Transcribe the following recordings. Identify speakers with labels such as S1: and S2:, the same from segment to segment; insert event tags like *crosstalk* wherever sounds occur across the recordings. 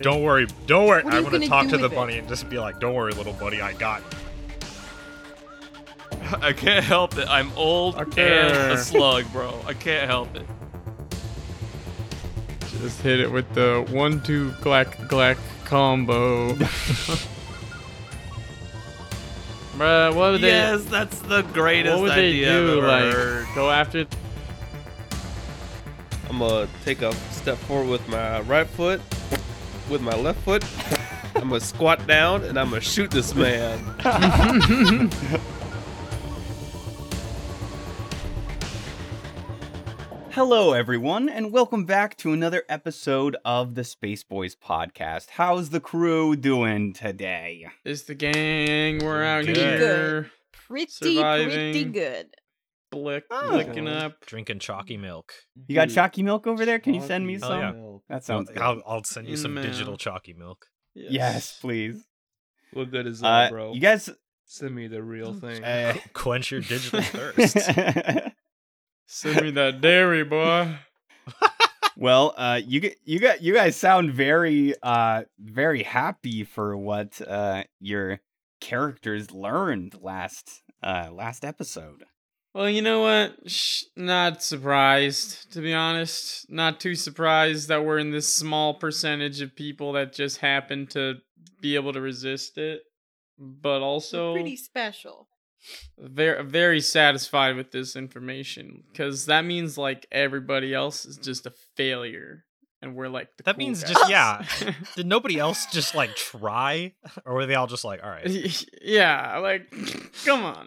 S1: Don't worry. Don't worry.
S2: What are
S1: I'm
S2: you
S1: going to
S2: gonna
S1: talk
S2: do
S1: to the
S2: with it?
S1: bunny and just be like, don't worry, little bunny. I got you."
S3: I can't help it. I'm old and
S4: Okay.
S3: a slug, bro. I can't help it.
S4: Just hit it with the one two clack clack combo. Bruh, what would
S3: yes, that's the
S4: they?
S3: greatest
S4: What would they
S3: idea I've
S4: do?
S3: ever
S4: Like
S3: heard.
S4: go after?
S5: I'm gonna take a step forward with my right foot, with my left foot. I'm gonna squat down and I'm gonna shoot this man.
S6: Hello, everyone, and welcome back to another episode of the Space Boys podcast. How's the crew doing today?
S4: It's the gang. We're out
S2: Good.
S4: here
S2: Pretty, pretty
S4: Surviving.
S2: good.
S4: blick,
S6: Oh.
S4: blicking up.
S7: drinking chalky milk.
S6: You got chalky milk over there? Can you send me
S5: Chalky
S6: some?
S7: yeah.
S5: milk.
S6: That sounds good.
S1: I'll, I'll send you
S4: In the
S1: some
S4: mail.
S1: digital chalky milk.
S6: Yes, please.
S5: What good is that,
S6: Uh,
S5: bro?
S6: you guys.
S5: Send me the real thing.
S6: Uh,
S1: Quench your *laughs*
S6: *laughs*
S1: digital thirst.
S6: well,
S4: Send me that dairy, boy.
S6: uh, you g- you got you guys sound very uh very happy for what uh your characters learned last uh last episode.
S4: Well, you know what? Shh, not surprised, to be honest. Not too surprised that we're in this small percentage of people that just happen to be able to resist it. But also,
S2: pretty special.
S4: very, very satisfied with this information because that means like everybody else is just a failure, and we're like the
S1: That
S4: cool
S1: means
S4: guys.
S1: just- yeah. Did nobody else just like try? Or were they all just like, all right?
S4: *laughs* yeah, like *laughs*
S1: *laughs*
S4: come on.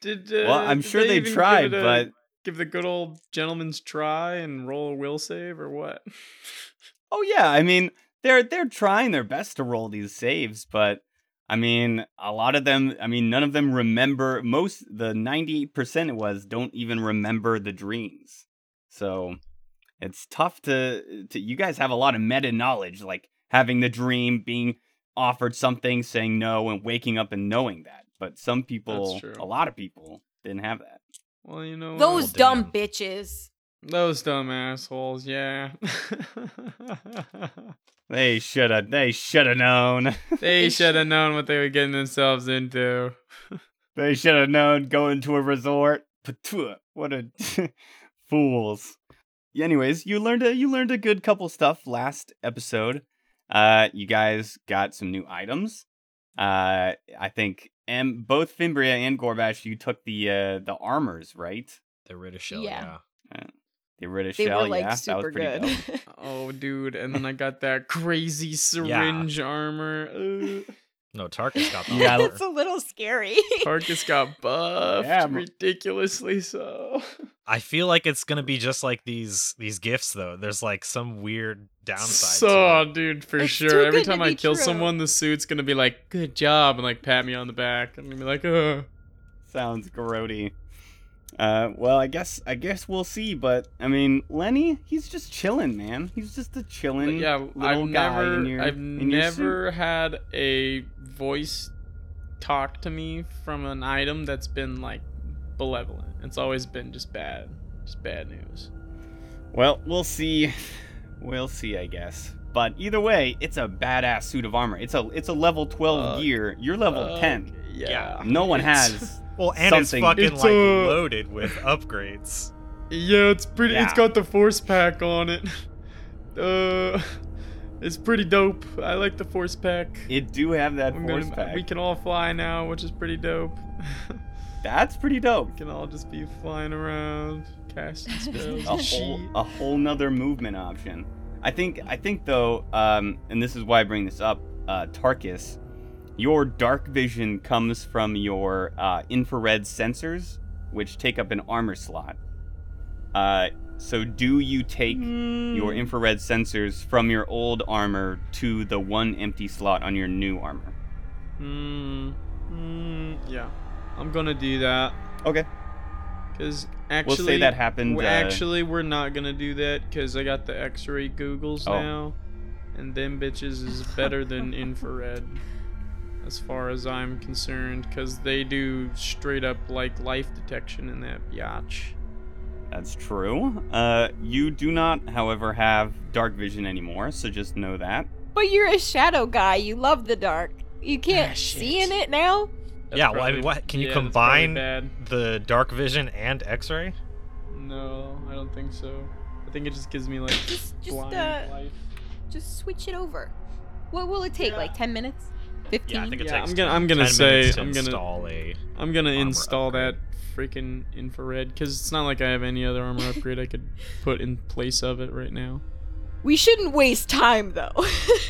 S4: did uh,
S6: well, I'm
S4: did
S6: sure they,
S4: even give
S6: tried,
S4: it a-
S6: but
S4: give the good old gentleman's try and roll a will save or what? *laughs*
S6: Oh yeah, I mean they're they're trying their best to roll these saves, but I mean a lot of them. I mean none of them remember. Most the ninety eight percent it was don't even remember the dreams. So it's tough to to. You guys have a lot of meta knowledge, like having the dream, being offered something, saying no, and waking up and knowing that. But some people,
S4: true.
S6: a lot of people, didn't have that.
S4: Well, you know
S2: Those
S4: what?
S1: damn.
S2: dumb bitches.
S4: those dumb
S2: *laughs*
S4: assholes, yeah. *laughs*
S6: They should have. They should have known.
S4: they
S2: They
S4: should have known what they were getting themselves into.
S6: They should have known going to a resort. Patua, what a *laughs* fools. Anyways, you learned a you learned a good couple stuff last episode. Uh, you guys got some new items. Uh, I think and both Fimbria and Gorbash, you took the uh, the armors, right?
S7: They're rid of shell.
S2: Yeah.
S7: Yeah.
S6: The British
S2: They
S6: shell,
S2: were like
S6: yeah, that
S2: super
S6: was pretty
S2: good. *laughs*
S6: dope.
S4: Oh, dude, and then I got that crazy
S2: *laughs*
S4: syringe armor. Ugh.
S7: No, Tarkus got
S4: *laughs*
S7: the
S6: Yeah,
S7: yeah,
S2: it's a little scary.
S4: Tarkus got buffed,
S6: Yeah, bro.
S4: ridiculously so.
S7: I feel like it's gonna be just like these these gifts though. There's like some weird downside.
S4: So,
S7: to it.
S4: dude, for
S2: It's too
S4: sure. Every
S2: good to
S4: time I
S2: be
S4: kill
S2: true.
S4: someone, the suit's gonna be like, "Good job," and like pat me on the back. I'm gonna be like, "Uh."
S6: Sounds grody. Uh, well, I guess I guess we'll see. But I mean, Lenny, he's just chilling, man. He's just a chilling
S4: yeah,
S6: little
S4: I've
S6: guy
S4: never,
S6: in your
S4: I've
S6: in your suit.
S4: never had a voice talk to me from an item that's been like malevolent. It's always been just bad, just bad news.
S6: Well, we'll see. We'll see, I guess. But either way, it's a badass suit of armor. It's a it's a level 12
S4: Fuck.
S6: gear. You're level
S4: Fuck,
S6: 10.
S4: Uh, Yeah. *laughs*
S6: No one
S4: It's-
S6: has.
S1: Well, and
S6: Something.
S1: it's fucking
S4: It's,
S1: like
S4: uh,
S1: loaded with upgrades.
S4: Yeah, it's pretty. It's
S6: Yeah.
S4: got the force pack on it. *laughs* Uh, it's pretty dope. I like the force pack.
S6: It do have that
S4: I'm
S6: force
S4: gonna-
S6: pack.
S4: We can all fly now, which is pretty dope. *laughs*
S6: That's pretty dope.
S4: we can all just be flying around,
S6: *laughs*
S4: casting spells.
S6: a
S4: and
S6: whole
S4: shit.
S6: a whole nother movement option. I think I think though, um, and this is why I bring this up, uh, Tarkus, your dark vision comes from your uh, infrared sensors, which take up an armor slot. Uh, so do you take
S4: Hmm.
S2: Hmm.
S6: your
S4: Mm,
S6: infrared sensors from your old armor to the one empty slot on your new armor?
S4: Mm, mm, yeah, I'm gonna do that.
S6: Okay.
S4: Cause actually,
S6: We'll say that happened.
S4: we
S6: uh,
S4: actually we're not gonna do that because I got the X-ray Googles
S6: Oh.
S4: now, and them bitches
S6: *laughs*
S4: is better than infrared, as far as I'm concerned, cause they do straight up like life detection in that biatch.
S6: That's true. Uh, you do not, however, have dark vision anymore, so just know that.
S2: *laughs* But you're a shadow guy. You love the dark. You can't
S4: Ah,
S2: see
S4: shit.
S2: in it now.
S4: That's
S7: Yeah, well, I mean,
S4: probably-
S7: what- can you
S4: yeah, that's
S7: combine
S4: probably bad.
S7: The dark vision and X-ray.
S4: No, I don't think so. I think it just gives me like
S2: Just, just,
S4: blind
S2: uh,
S4: life.
S2: just switch it over. What will it take?
S4: Yeah.
S2: Like ten minutes? Fifteen?
S7: Yeah, I think it
S4: Yeah,
S7: takes.
S4: I'm gonna- I'm
S7: 10
S4: gonna say-
S7: minutes to
S4: I'm gonna-
S7: install a.
S4: I'm gonna
S7: armor
S4: install
S7: upgrade.
S4: that freaking infrared because it's not like I have any other armor upgrade I could put in place of it right now.
S2: we shouldn't waste time though. *laughs*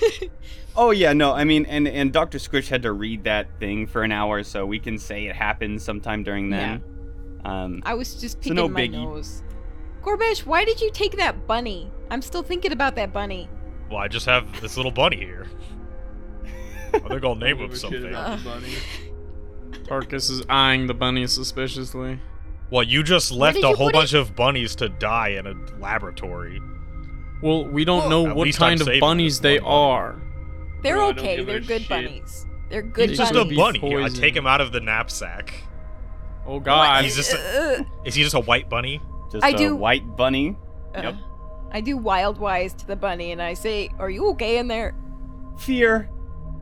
S6: Oh yeah, no, I mean, and and Doctor Squish had to read that thing for an hour, so we can say it happened sometime during then. Um,
S2: I was just
S6: So
S2: picking
S6: no
S2: my
S6: biggie.
S2: nose. Gorbash, why did you take that bunny? I'm still thinking about that bunny.
S7: Well, I just have this little bunny here. I think I'll *laughs* name him something.
S2: about
S6: *laughs*
S2: the
S4: bunny. Tarkus is eyeing the bunny suspiciously.
S7: Well, you just left
S2: did
S7: a
S2: you
S7: whole
S2: put it-
S7: bunch of bunnies to die in a laboratory.
S4: Well, we don't
S2: Well-
S4: know
S7: At
S4: what
S7: least I'm
S4: kind
S7: saving
S4: of bunnies
S7: this
S4: they
S7: one bunny.
S4: are.
S2: They're
S4: Bro, I don't
S2: okay.
S4: give a
S2: They're good
S4: shit.
S2: bunnies. They're good
S7: He's
S4: He's
S7: just a
S4: gonna
S2: bunnies.
S4: be
S7: bunny. I
S4: poisoned.
S7: take him out of the knapsack.
S4: Oh
S2: What?
S4: God!
S7: He's just-
S2: Uh,
S7: Is he just a white bunny?
S6: just
S2: I
S6: a
S2: do-
S6: white bunny.
S2: uh,
S6: Yep.
S2: I do wild wise to the bunny and I say, Are you okay in there?
S6: Fear.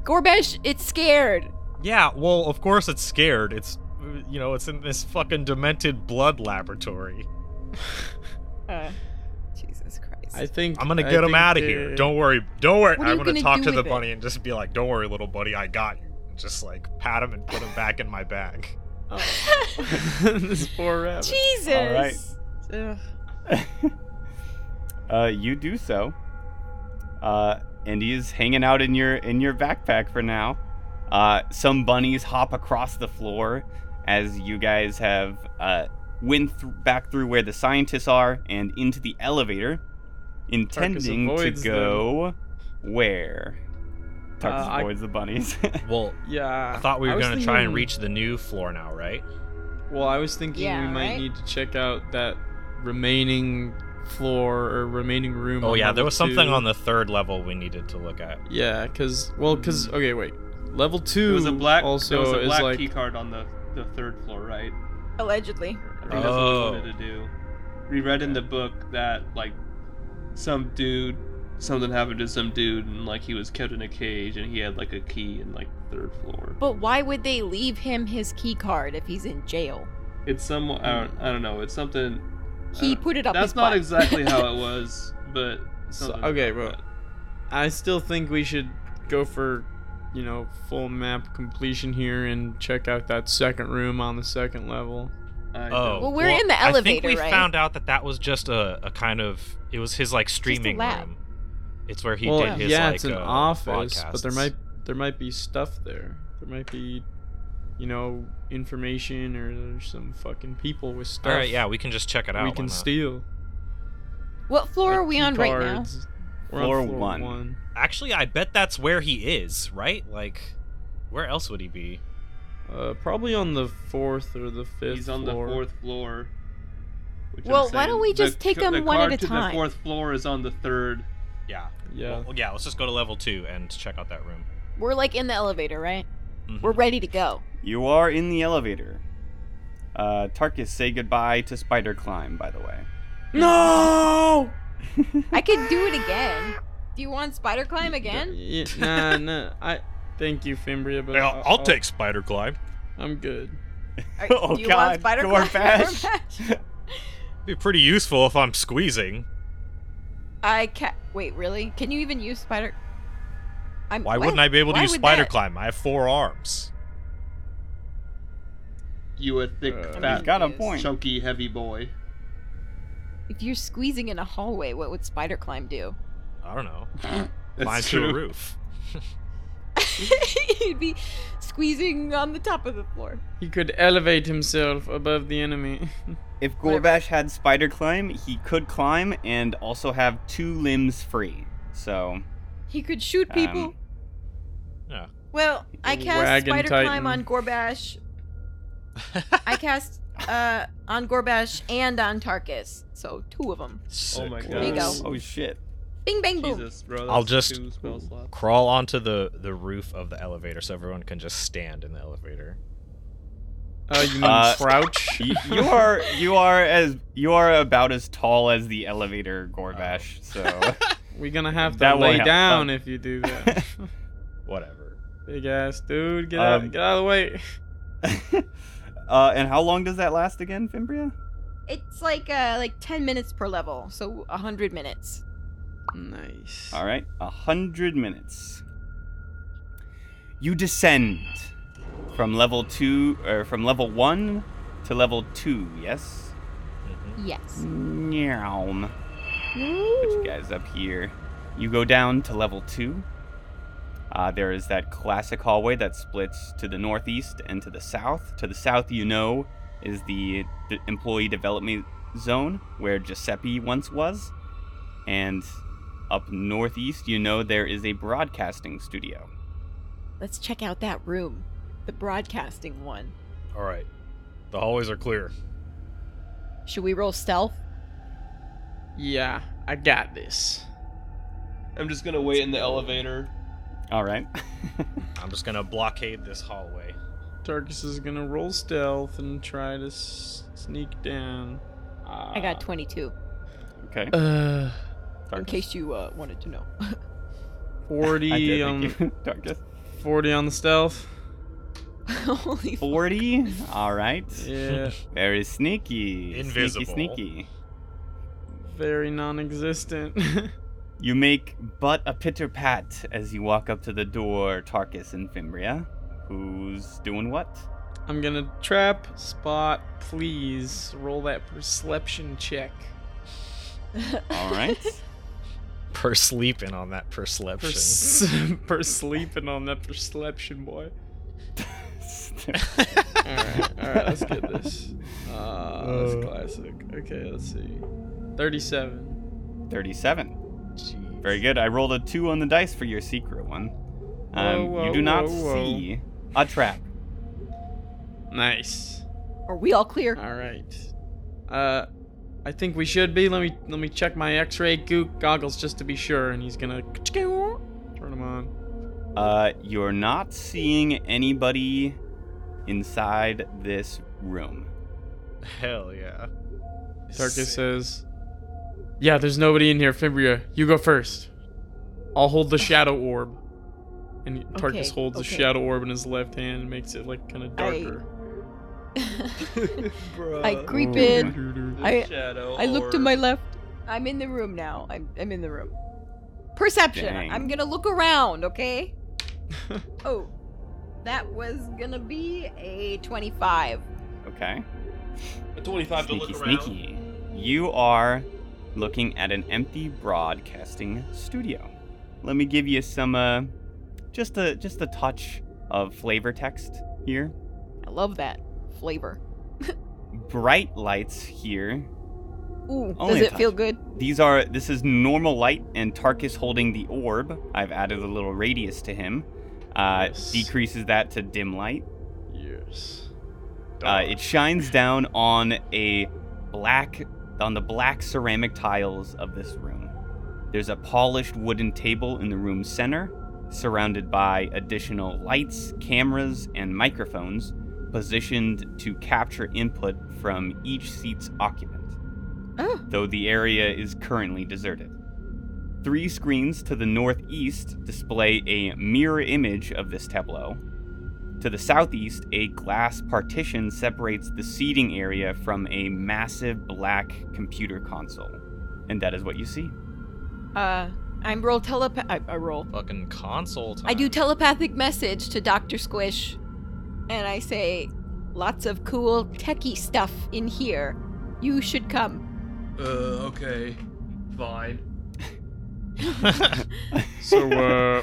S2: Gorbash, it's scared.
S7: Yeah, well, of course it's scared. It's, uh, you know, it's in this fucking demented blood laboratory.
S2: Uh, Jesus Christ.
S4: I think
S7: I'm gonna
S4: I
S7: get him
S4: think,
S7: out of here.
S4: uh,
S7: Don't worry. Don't worry.
S2: What are
S7: I'm
S2: you
S7: gonna
S2: gonna
S7: talk
S2: do
S7: to the
S2: with it?
S7: bunny and just be like, don't worry, little buddy, I got you. And just like pat him and put him back in my bag.
S4: this poor rabbit.
S2: Jesus.
S6: All right.
S2: Ugh.
S6: uh, you do so, uh, and he is hanging out in your in your backpack for now. Uh, some bunnies hop across the floor as you guys have uh, went th- back through where the scientists are and into the elevator, intending to
S4: avoids
S6: go where. Tarkus
S4: Uh, I-
S6: avoids the bunnies. *laughs*
S7: Well,
S4: Yeah.
S7: I thought we were
S4: was
S7: gonna try and
S4: thinking-
S7: reach the new floor now, right?
S4: Well, I was thinking
S2: Yeah,
S4: we might
S2: right?
S4: need to check out that remaining floor or remaining room.
S7: Oh
S4: on
S7: yeah,
S4: level
S7: there was something
S4: two.
S7: on the third level we needed to look at.
S4: Yeah, cause well, cause okay, wait. Level
S5: Hmm. There
S4: two
S5: was a black. there
S4: also
S5: was a black
S4: is like
S5: key card on the, the third floor, right?
S2: Allegedly.
S5: I think that's what we
S7: Oh.
S5: wanted to do. We read in the book that like some dude, something happened to some dude, and like he was kept in a cage, and he had like a key in like third floor.
S2: But why would they leave him his key card if he's in jail?
S5: It's some I don't, I don't know. It's something.
S2: He
S5: uh,
S2: put it up
S5: That's
S2: his
S5: not
S2: butt.
S5: exactly how it was, but
S4: So-
S5: something
S4: okay,
S5: like
S4: well,
S5: that.
S4: I still think we should go for, you know, full map completion here and check out that second room on the second level.
S5: I
S7: Oh,
S5: don't-
S2: Well, we're in the
S7: I think
S2: elevator,
S7: we
S2: right?
S7: found out that that was just a, a kind of it was his like streaming
S2: lab.
S7: room. It's where he
S4: well,
S7: did his
S4: yeah,
S7: like
S4: it's an
S7: uh,
S4: office, but there
S7: broadcasts.
S4: might there might be stuff there. There might be, you know, information or there's some fucking people with stuff.
S7: All right, yeah, we can just check it out.
S4: we
S7: why
S4: can
S7: not?
S4: steal.
S2: *laughs* What floor are we on right now?
S4: now? We're on
S6: Floor
S4: floor
S6: one.
S4: one.
S7: Actually, I bet that's where he is, right? Like, where else would he be?
S4: Uh, probably on the fourth or the fifth.
S5: He's on
S4: floor.
S5: the fourth floor. which I'm
S2: Well, why don't
S5: saying-
S2: we
S5: the
S2: just take
S5: ca- the
S2: them one at
S5: card
S2: a
S5: to
S2: time?
S5: The fourth floor is on the third.
S7: Yeah.
S4: Yeah.
S7: Well, yeah. Let's just go to level two and check out that room.
S2: We're like in the elevator, right?
S7: Mhm.
S2: We're ready to go.
S6: you are in the elevator. Uh, Tarkus, say goodbye to Spider Climb, by the way.
S4: No.
S2: I could do it again. Do you want spider
S4: *laughs*
S2: climb again?
S4: Yeah, nah, nah. I thank you, Fimbria, but I-
S7: Spider Climb.
S4: I'm good.
S2: Are-
S6: Oh,
S2: do you want *laughs*
S6: God,
S2: spider climb?
S6: Gorbash.
S2: Gorbash?
S7: Be pretty useful if I'm squeezing.
S2: I can't. Wait, really? Can you even use spider? I'm,
S7: Why wouldn't I be able to
S2: Why
S7: use
S2: would
S7: Spider
S2: that-
S7: Climb? I have four arms.
S5: You a thick,
S4: Uh,
S2: I'm
S6: He's
S5: fat,
S6: got a
S2: confused.
S6: point.
S5: chunky, heavy boy.
S2: If you're squeezing in a hallway, what would spider climb do? *laughs*
S7: I don't know.
S5: That's
S7: Climb through a roof.
S2: He'd be squeezing on the top of the floor.
S4: He could elevate himself above the enemy. *laughs*
S6: If
S2: Whatever.
S6: Gorbash had spider climb, he could climb and also have two limbs free. So,
S2: He could shoot
S6: Um,
S2: people.
S7: yeah.
S2: Well, I cast
S4: Wagon
S2: Spider Climb
S4: Titan.
S2: on Gorbash. I cast uh on Gorbash and on Tarkus. So two of them.
S5: Oh my
S2: There you
S5: gosh.
S2: go.
S6: oh shit.
S2: Bing bang boom.
S5: Jesus, bro.
S7: I'll
S5: that's
S7: just-
S5: two spell slots.
S7: Crawl onto the the roof of the elevator so everyone can just stand in the elevator.
S4: Oh, you mean
S6: Uh,
S4: crouch?
S6: Y- *laughs* you are you are as you are about as tall as the elevator, Gorbash. So
S4: We're gonna have to
S6: That will
S4: lay
S6: help.
S4: down if you do
S6: *laughs*
S4: that.
S1: Whatever.
S4: Big ass dude, get
S6: Um,
S4: out, get out of the way.
S6: *laughs* uh, and how long does that last again, Fimbria?
S2: It's like uh like 10 minutes per level, so 100 minutes.
S4: Nice.
S6: All right, a hundred minutes. You descend from level two, or from level one to level two. Yes.
S2: Yes.
S6: Meow. Put you guys up here. You go down to level two. Uh, there is that classic hallway that splits to the northeast and to the south. To the south, you know, is the d- employee development zone where Giuseppe once was. And up northeast, you know, there is a broadcasting studio.
S2: Let's check out that room, the broadcasting one.
S7: All right. The hallways are clear.
S2: Should we roll stealth?
S4: Yeah, I got this.
S5: I'm just gonna wait in the elevator.
S6: All right. *laughs*
S7: I'm just gonna blockade this hallway.
S4: Tarkus is gonna roll stealth and try to s- sneak down.
S2: I
S6: Uh,
S2: got 22
S6: okay.
S4: Uh,
S2: in case you uh, wanted to know. *laughs*
S6: *laughs* I did,
S4: 40
S6: thank
S4: on
S6: you. Darkest.
S4: 40 on the
S6: *laughs*
S4: stealth.
S2: Holy f- *laughs*
S6: 40. All right.
S4: *laughs* Yeah,
S6: Very sneaky.
S7: Invisible.
S6: Sneaky, sneaky.
S4: very non-existent. *laughs*
S6: You make but a pitter pat as you walk up to the door, Tarkus and Fimbria. Who's doing what?
S4: I'm gonna trap spot. Please roll that perception check.
S6: All right.
S4: *laughs*
S7: Per sleeping on that perception.
S4: Pers- *laughs* per sleeping on that perception, boy. All right, all right, let's get this. Uh, that's classic. Okay, let's see. 37.
S6: 37. Very good. I rolled a 2 on the dice for your secret one. Um,
S4: Whoa,
S6: you
S4: whoa,
S6: do not
S4: whoa, whoa.
S6: see a trap.
S4: Nice.
S2: Are we all clear?
S4: All right. Uh, I think we should be. Let me let me check my X-ray gook goggles just to be sure. And he's gonna *laughs* turn them on.
S6: Uh, you're not seeing anybody inside this room.
S7: Hell yeah.
S4: Tarkus says, "Yeah, there's nobody in here. Fimbria, you go first. I'll hold the shadow orb." And Tarkus
S2: Okay,
S4: holds the
S2: okay.
S4: shadow orb in his left hand and makes it like kind of
S2: I-
S4: darker.
S5: Bro.
S2: *laughs* I creep
S6: Uh, Ooh.
S2: in.
S5: The
S2: I-
S5: shadow
S2: I look to
S5: orb.
S2: my left. I'm in the room now. I'm, I'm in the room. Perception.
S6: Dang.
S2: I'm gonna look around,
S6: *laughs*
S2: okay? oh, that was gonna be a 25.
S6: Okay.
S5: A 25
S6: Sneaky,
S5: to look around.
S6: sneaky. You are looking at an empty broadcasting studio. Let me give you some, uh, just a just a touch of flavor text here.
S2: I love that flavor.
S6: Bright lights here.
S2: Ooh,
S6: Only a
S2: does it feel good?
S6: These are this is normal light, and Tarkus holding the orb. I've added a little radius to him. Uh,
S4: Yes.
S6: Decreases that to dim light.
S4: Yes.
S6: Uh, it shines down on a black on the black ceramic tiles of this room. There's a polished wooden table in the room's center, surrounded by additional lights, cameras, and microphones positioned to capture input from each seat's occupant
S2: Oh,
S6: though the area is currently deserted. Three screens to the northeast display a mirror image of this tableau. To the southeast, a glass partition separates the seating area from a massive black computer console. And that is what you see.
S2: uh, I'm roll telepath. I, I roll.
S7: Fucking console time.
S2: I do telepathic message to Dr. Squish, and I say, lots of cool techie stuff in here. You should come.
S3: Uh, okay. Fine.
S7: *laughs*
S4: So,
S2: *laughs*
S4: uh,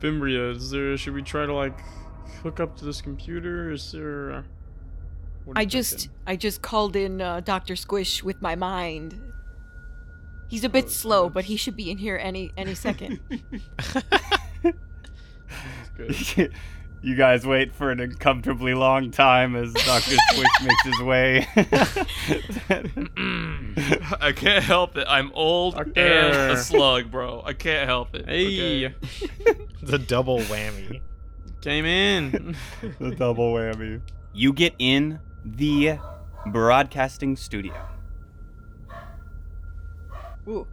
S4: Fimbria, is there? Should we try to like hook up to this computer? Is there? uh, what are
S2: I
S4: you
S2: just
S4: thinking?
S2: I just called in uh, Dr. Squish with my mind. He's a bit slow, but he should be in here any any second.
S4: Good.
S6: *laughs* you guys wait for an uncomfortably long time as *laughs* Dr. Squish makes his *laughs* way.
S3: *laughs* I can't help it. I'm old
S4: Doctor.
S3: and a slug, bro. I can't help it.
S4: Hey,
S3: okay?
S7: the double whammy.
S4: came in.
S6: the double whammy. You get in the broadcasting studio.
S2: Ooh.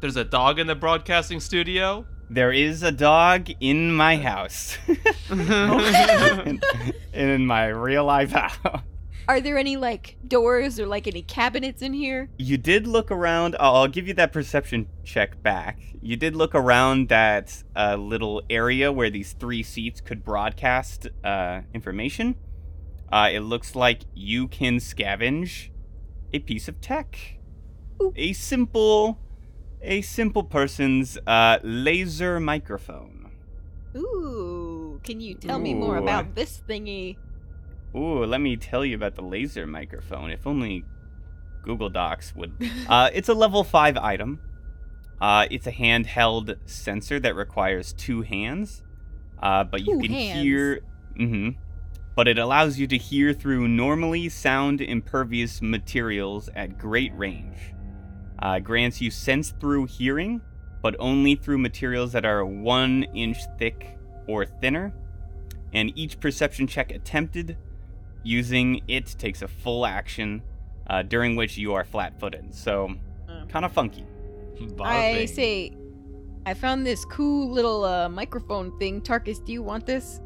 S3: There's a dog in the broadcasting studio.
S6: There is a dog in my house. *laughs* and in my real life house.
S2: *laughs* Are there any like doors or like any cabinets in here?
S6: You did look around. I'll I'll give you that perception check back. You did look around that uh, little area where these three seats could broadcast uh, information. Uh, it looks like you can scavenge a piece of tech.
S2: Ooh.
S6: A simple, a simple person's uh, laser microphone.
S2: Ooh, can you tell me more
S6: Ooh.
S2: about this thingy?
S6: Ooh, let me tell you about the laser microphone. If only Google
S2: *laughs*
S6: Docs would. Uh, it's a level five item. Uh, it's a handheld sensor that requires two hands, uh, but you
S2: Two
S6: can
S2: hands.
S6: hear. hmm But it allows you to hear through normally sound impervious materials at great range. Uh, grants you sense through hearing, but only through materials that are one inch thick or thinner. And each perception check attempted using it takes a full action, uh, during which you are flat-footed. So, kind of funky.
S2: I say, I found this cool little uh, microphone thing. Tarkus, do you want this?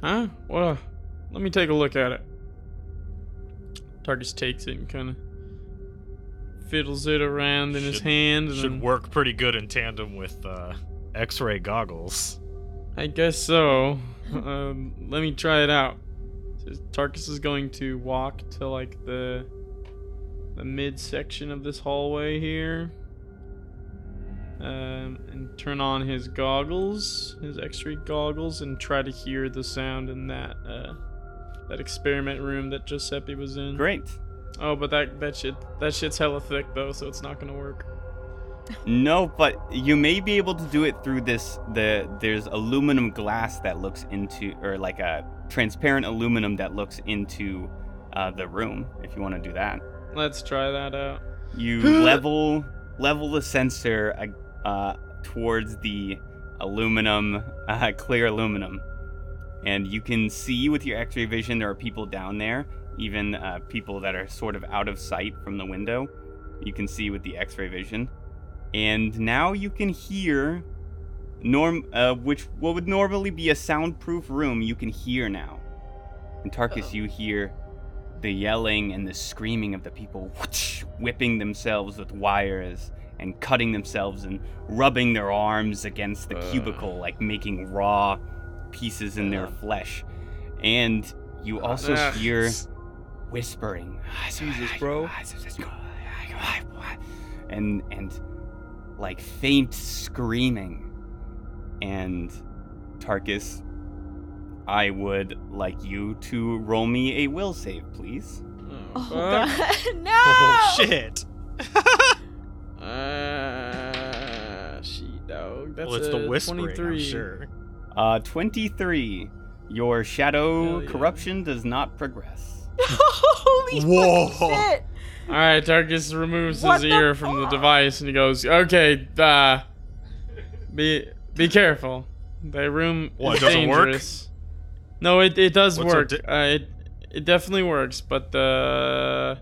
S4: Huh? Well, let me take a look at it. Tarkus takes it and kind of fiddles it around in his
S7: Should-
S4: hand. And
S7: Should
S4: then-
S7: work pretty good in tandem with uh, X-ray goggles.
S4: I guess so. Um, let me try it out. So Tarkus is going to walk to like the the midsection of this hallway here, um, and turn on his goggles, his X-ray goggles, and try to hear the sound in that uh, that experiment room that Giuseppe was in.
S6: Great.
S4: Oh, but that that shit that shit's hella thick though, so it's not gonna work.
S6: No, but you may be able to do it through this. The there's aluminum glass that looks into, or like a transparent aluminum that looks into uh, the room. If you want to do that,
S4: Let's try that out.
S6: you level level the sensor uh, uh, towards the aluminum, uh, clear aluminum, and you can see with your X-ray vision there are people down there, even uh, people that are sort of out of sight from the window. You can see with the X-ray vision. And now you can hear norm uh, which what would normally be a soundproof room you can hear now. And Tarkus, you hear the yelling and the screaming of the people *laughs* whipping themselves with wires and cutting themselves and rubbing their arms against the
S3: Uh.
S6: cubicle like making raw pieces in their
S3: Ugh.
S6: flesh. And you
S5: Ah,
S6: also
S4: Ugh.
S6: hear whispering. "Ah,
S5: Jesus, bro.
S6: And and like faint screaming. And Tarkus, I would like you to roll me a will save, please.
S2: Oh,
S4: fuck.
S2: God. *laughs* no!
S1: Oh shit!
S4: Ah, she dog. That's
S7: well, it's
S4: a
S7: the whispering, I'm
S4: 23.
S7: sure.
S6: Uh 23. Your shadow
S4: Hell yeah.
S6: corruption does not progress. *laughs*
S2: Holy fucking
S7: Whoa.
S4: *laughs*
S2: shit!
S4: All right, Tarkus removes
S2: What
S4: his
S2: the
S4: ear from the
S2: fuck?
S4: device and he goes, "Okay, uh, be be careful. The room
S7: What,
S4: is
S7: it doesn't work?
S4: dangerous. No, it it does
S7: What's so
S4: work.
S7: di-
S4: uh, it it definitely works, but uh,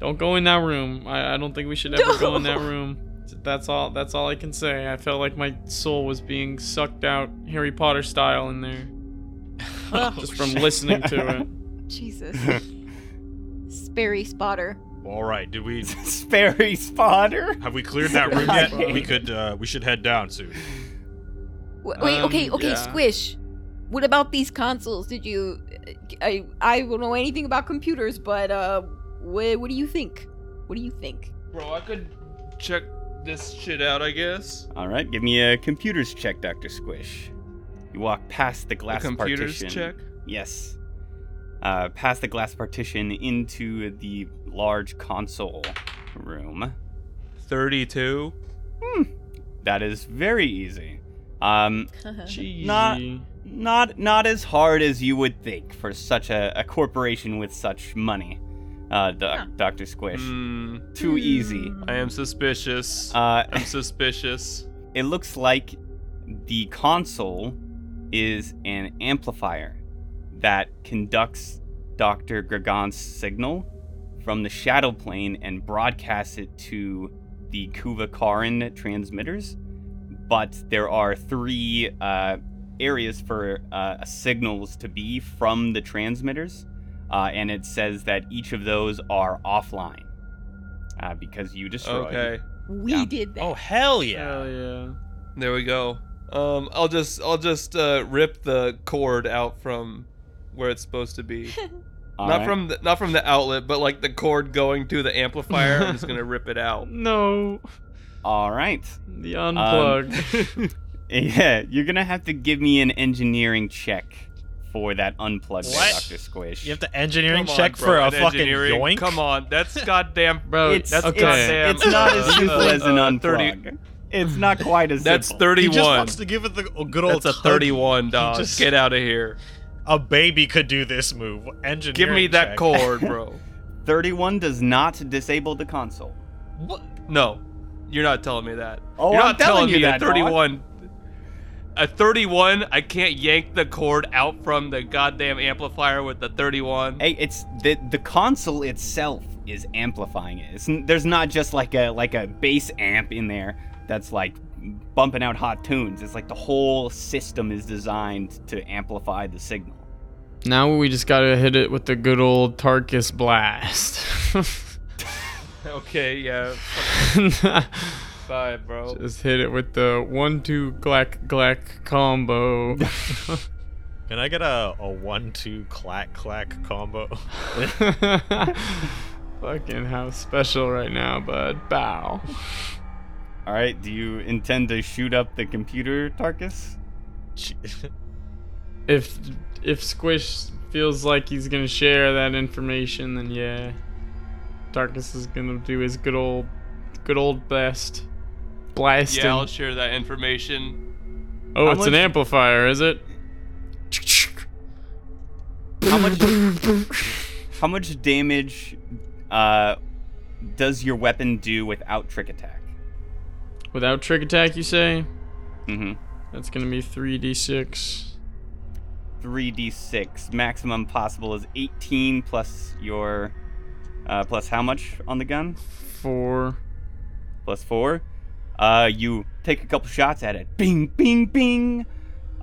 S4: don't go in that room. I, I don't think we should ever go in that
S2: No.
S4: room. That's all. That's all I can say. I felt like my soul was being sucked out Harry Potter style in there,
S1: Oh,
S7: Oh,
S4: just from listening to it.
S2: Jesus. Sperry spotter.
S7: All right, did
S1: *laughs*
S7: we
S6: Sperry spotter.
S7: have we cleared that room yet? we could uh, we should head down soon.
S2: W- wait,
S4: Um,
S2: okay, okay,
S4: yeah.
S2: Squish. What about these consoles? Did you? I I don't know anything about computers, but uh, wh- what do you think? What do you think?
S3: Bro, I could check this shit out, I guess.
S6: All right, give me a computers check, Dr. Squish. You walk past the glass
S3: the computers
S6: partition.
S3: check.
S6: Yes. Uh, past the glass partition into the large console room.
S3: 32.
S6: That is very easy. Um,
S2: *laughs*
S4: Gee.
S6: Not- not not as hard as you would think for such a, a corporation with such money, uh, doc,
S2: Huh.
S6: Doctor Squish.
S3: Hmm.
S6: Too easy.
S3: I am suspicious.
S6: Uh, *laughs*
S3: I'm suspicious.
S6: it looks like the console is an amplifier that conducts Dr. Gregon's signal from the shadow plane and broadcasts it to the Kuvakaran transmitters. But there are three uh, areas for uh, signals to be from the transmitters, uh, and it says that each of those are offline uh, because you destroyed.
S5: Okay.
S2: Hmm, We
S6: Yeah.
S2: did that.
S1: Oh hell yeah!
S4: Hell yeah.
S5: There we go. Um, I'll just I'll just uh, rip the cord out from where it's supposed to
S6: *laughs*
S5: be.
S6: All
S5: not
S6: right.
S5: from the, not from the outlet, but like the cord going to the amplifier. I'm
S6: *laughs*
S5: just gonna rip it out.
S4: No,
S6: All right.
S4: the
S7: Um,
S4: unplugged. *laughs*
S6: Yeah, you're gonna have to give me an engineering check for that unplugged, there,
S1: What?
S6: Dr. Squish.
S1: You have to engineering
S3: Come on,
S1: check
S3: bro,
S1: for a
S3: an
S1: fucking
S3: engineering-
S1: yoink.
S3: Come on,
S6: *laughs*
S3: that's goddamn.
S4: Bro,
S6: it's,
S4: that's
S6: it's,
S4: okay.
S6: it's not as *laughs*
S3: Uh,
S6: simple
S3: uh,
S6: as an
S3: uh,
S6: unplug.
S3: 30
S6: It's not quite as
S5: That's
S6: simple.
S1: He just
S5: thirty-one.
S1: wants to give it the good old.
S5: That's a
S1: tug.
S5: thirty-one, dog.
S1: just-
S5: Get out of here.
S1: A baby could do this move. Engineering.
S5: Give me that
S1: check.
S5: cord, *laughs* bro.
S6: 31 does not disable the console.
S1: What?
S5: No, you're not telling me that.
S6: Oh,
S5: you're
S6: I'm
S5: not telling,
S6: telling you
S5: me
S6: that,
S5: a 31. A 31, I can't yank the cord out from the goddamn amplifier with the 31.
S6: Hey, it's the the console itself is amplifying it. It's, n- there's not just like a like a bass amp in there that's like bumping out hot tunes. It's like the whole system is designed to amplify the signal.
S4: Now we just gotta hit it with the good old Tarkus blast. *laughs*
S5: Okay, yeah. Bye, bro.
S4: just hit it with the one two clack clack combo. *laughs*
S1: Can I get a, a one-two clack clack combo? *laughs*
S4: Fucking how special right now, bud. Bow.
S6: All right, do you intend to shoot up the computer, Tarkus?
S1: Gee.
S4: If if Squish feels like he's gonna share that information, then yeah, Tarkus is gonna do his good old, good old best. Blast
S3: Yeah, I'll
S4: him.
S3: share that information.
S4: Oh,
S6: How
S4: it's an
S6: much-
S4: amplifier, is it?
S6: How much How much damage uh, does your weapon do without trick attack?
S4: Without trick attack, you say?
S6: Mhm.
S4: That's gonna be three d six.
S6: 3d6. Maximum possible is 18 plus your uh, plus how much on the gun?
S4: Four.
S6: Plus 4. Uh, you take a couple shots at it. Bing bing bing.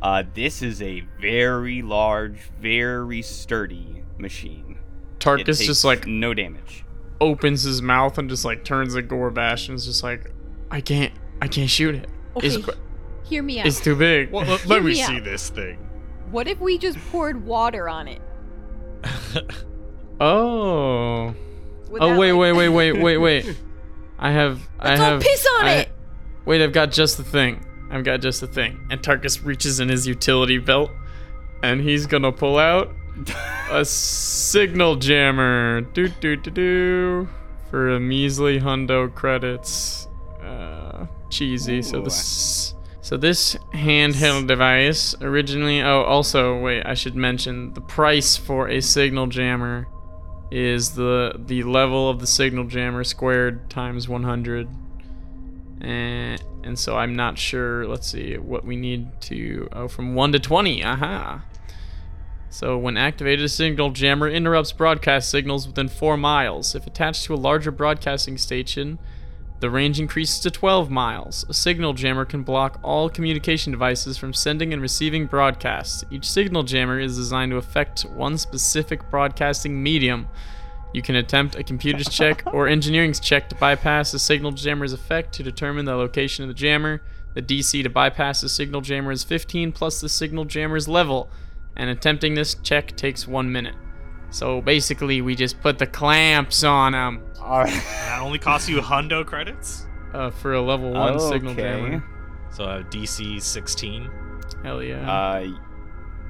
S6: Uh, this is a very large, very sturdy machine. It
S4: Tarkus
S6: takes
S4: just like
S6: no damage.
S4: opens his mouth and just like turns a Gorbash and is just like, I can't, I can't shoot it. It's,
S2: Okay, hear me out.
S4: it's too big.
S7: uh,
S1: Well, let- let
S2: Hear
S1: me
S2: me
S1: see
S2: out.
S1: this thing. *laughs*
S2: What if we just poured water on it?
S4: Oh.
S2: Would
S4: Oh
S2: that,
S4: wait,
S2: like-
S4: wait, wait, wait, wait,
S2: *laughs*
S4: wait. I have, I
S2: Let's all
S4: have.
S2: piss on
S4: I-
S2: it.
S4: Wait, I've got just the thing. I've got just the thing. And Tarkus reaches in his utility belt, and he's gonna pull out a signal jammer. Do do do do. For a measly hundo credits. Uh, cheesy. So
S6: Ooh.
S4: this. So this handheld device originally. Oh, also wait, I should mention the price for a signal jammer is the the level of the signal jammer squared times 100 and, and so i'm not sure let's see what we need to oh from 1 to 20 aha so when activated a signal jammer interrupts broadcast signals within 4 miles if attached to a larger broadcasting station the range increases to 12 miles. A signal jammer can block all communication devices from sending and receiving broadcasts. Each signal jammer is designed to affect one specific broadcasting medium. You can attempt a computer's check or engineering's check to bypass the signal jammer's effect to determine the location of the jammer. The DC to bypass the signal jammer is 15 plus the signal jammer's level, and attempting this check takes 1 minute. So basically, we just put the clamps on um, them
S6: All right.
S7: That only costs you hundo credits.
S4: uh, for a level 1 signal jammer.
S7: So uh, DC 16.
S4: Hell yeah.
S6: *laughs* Uh,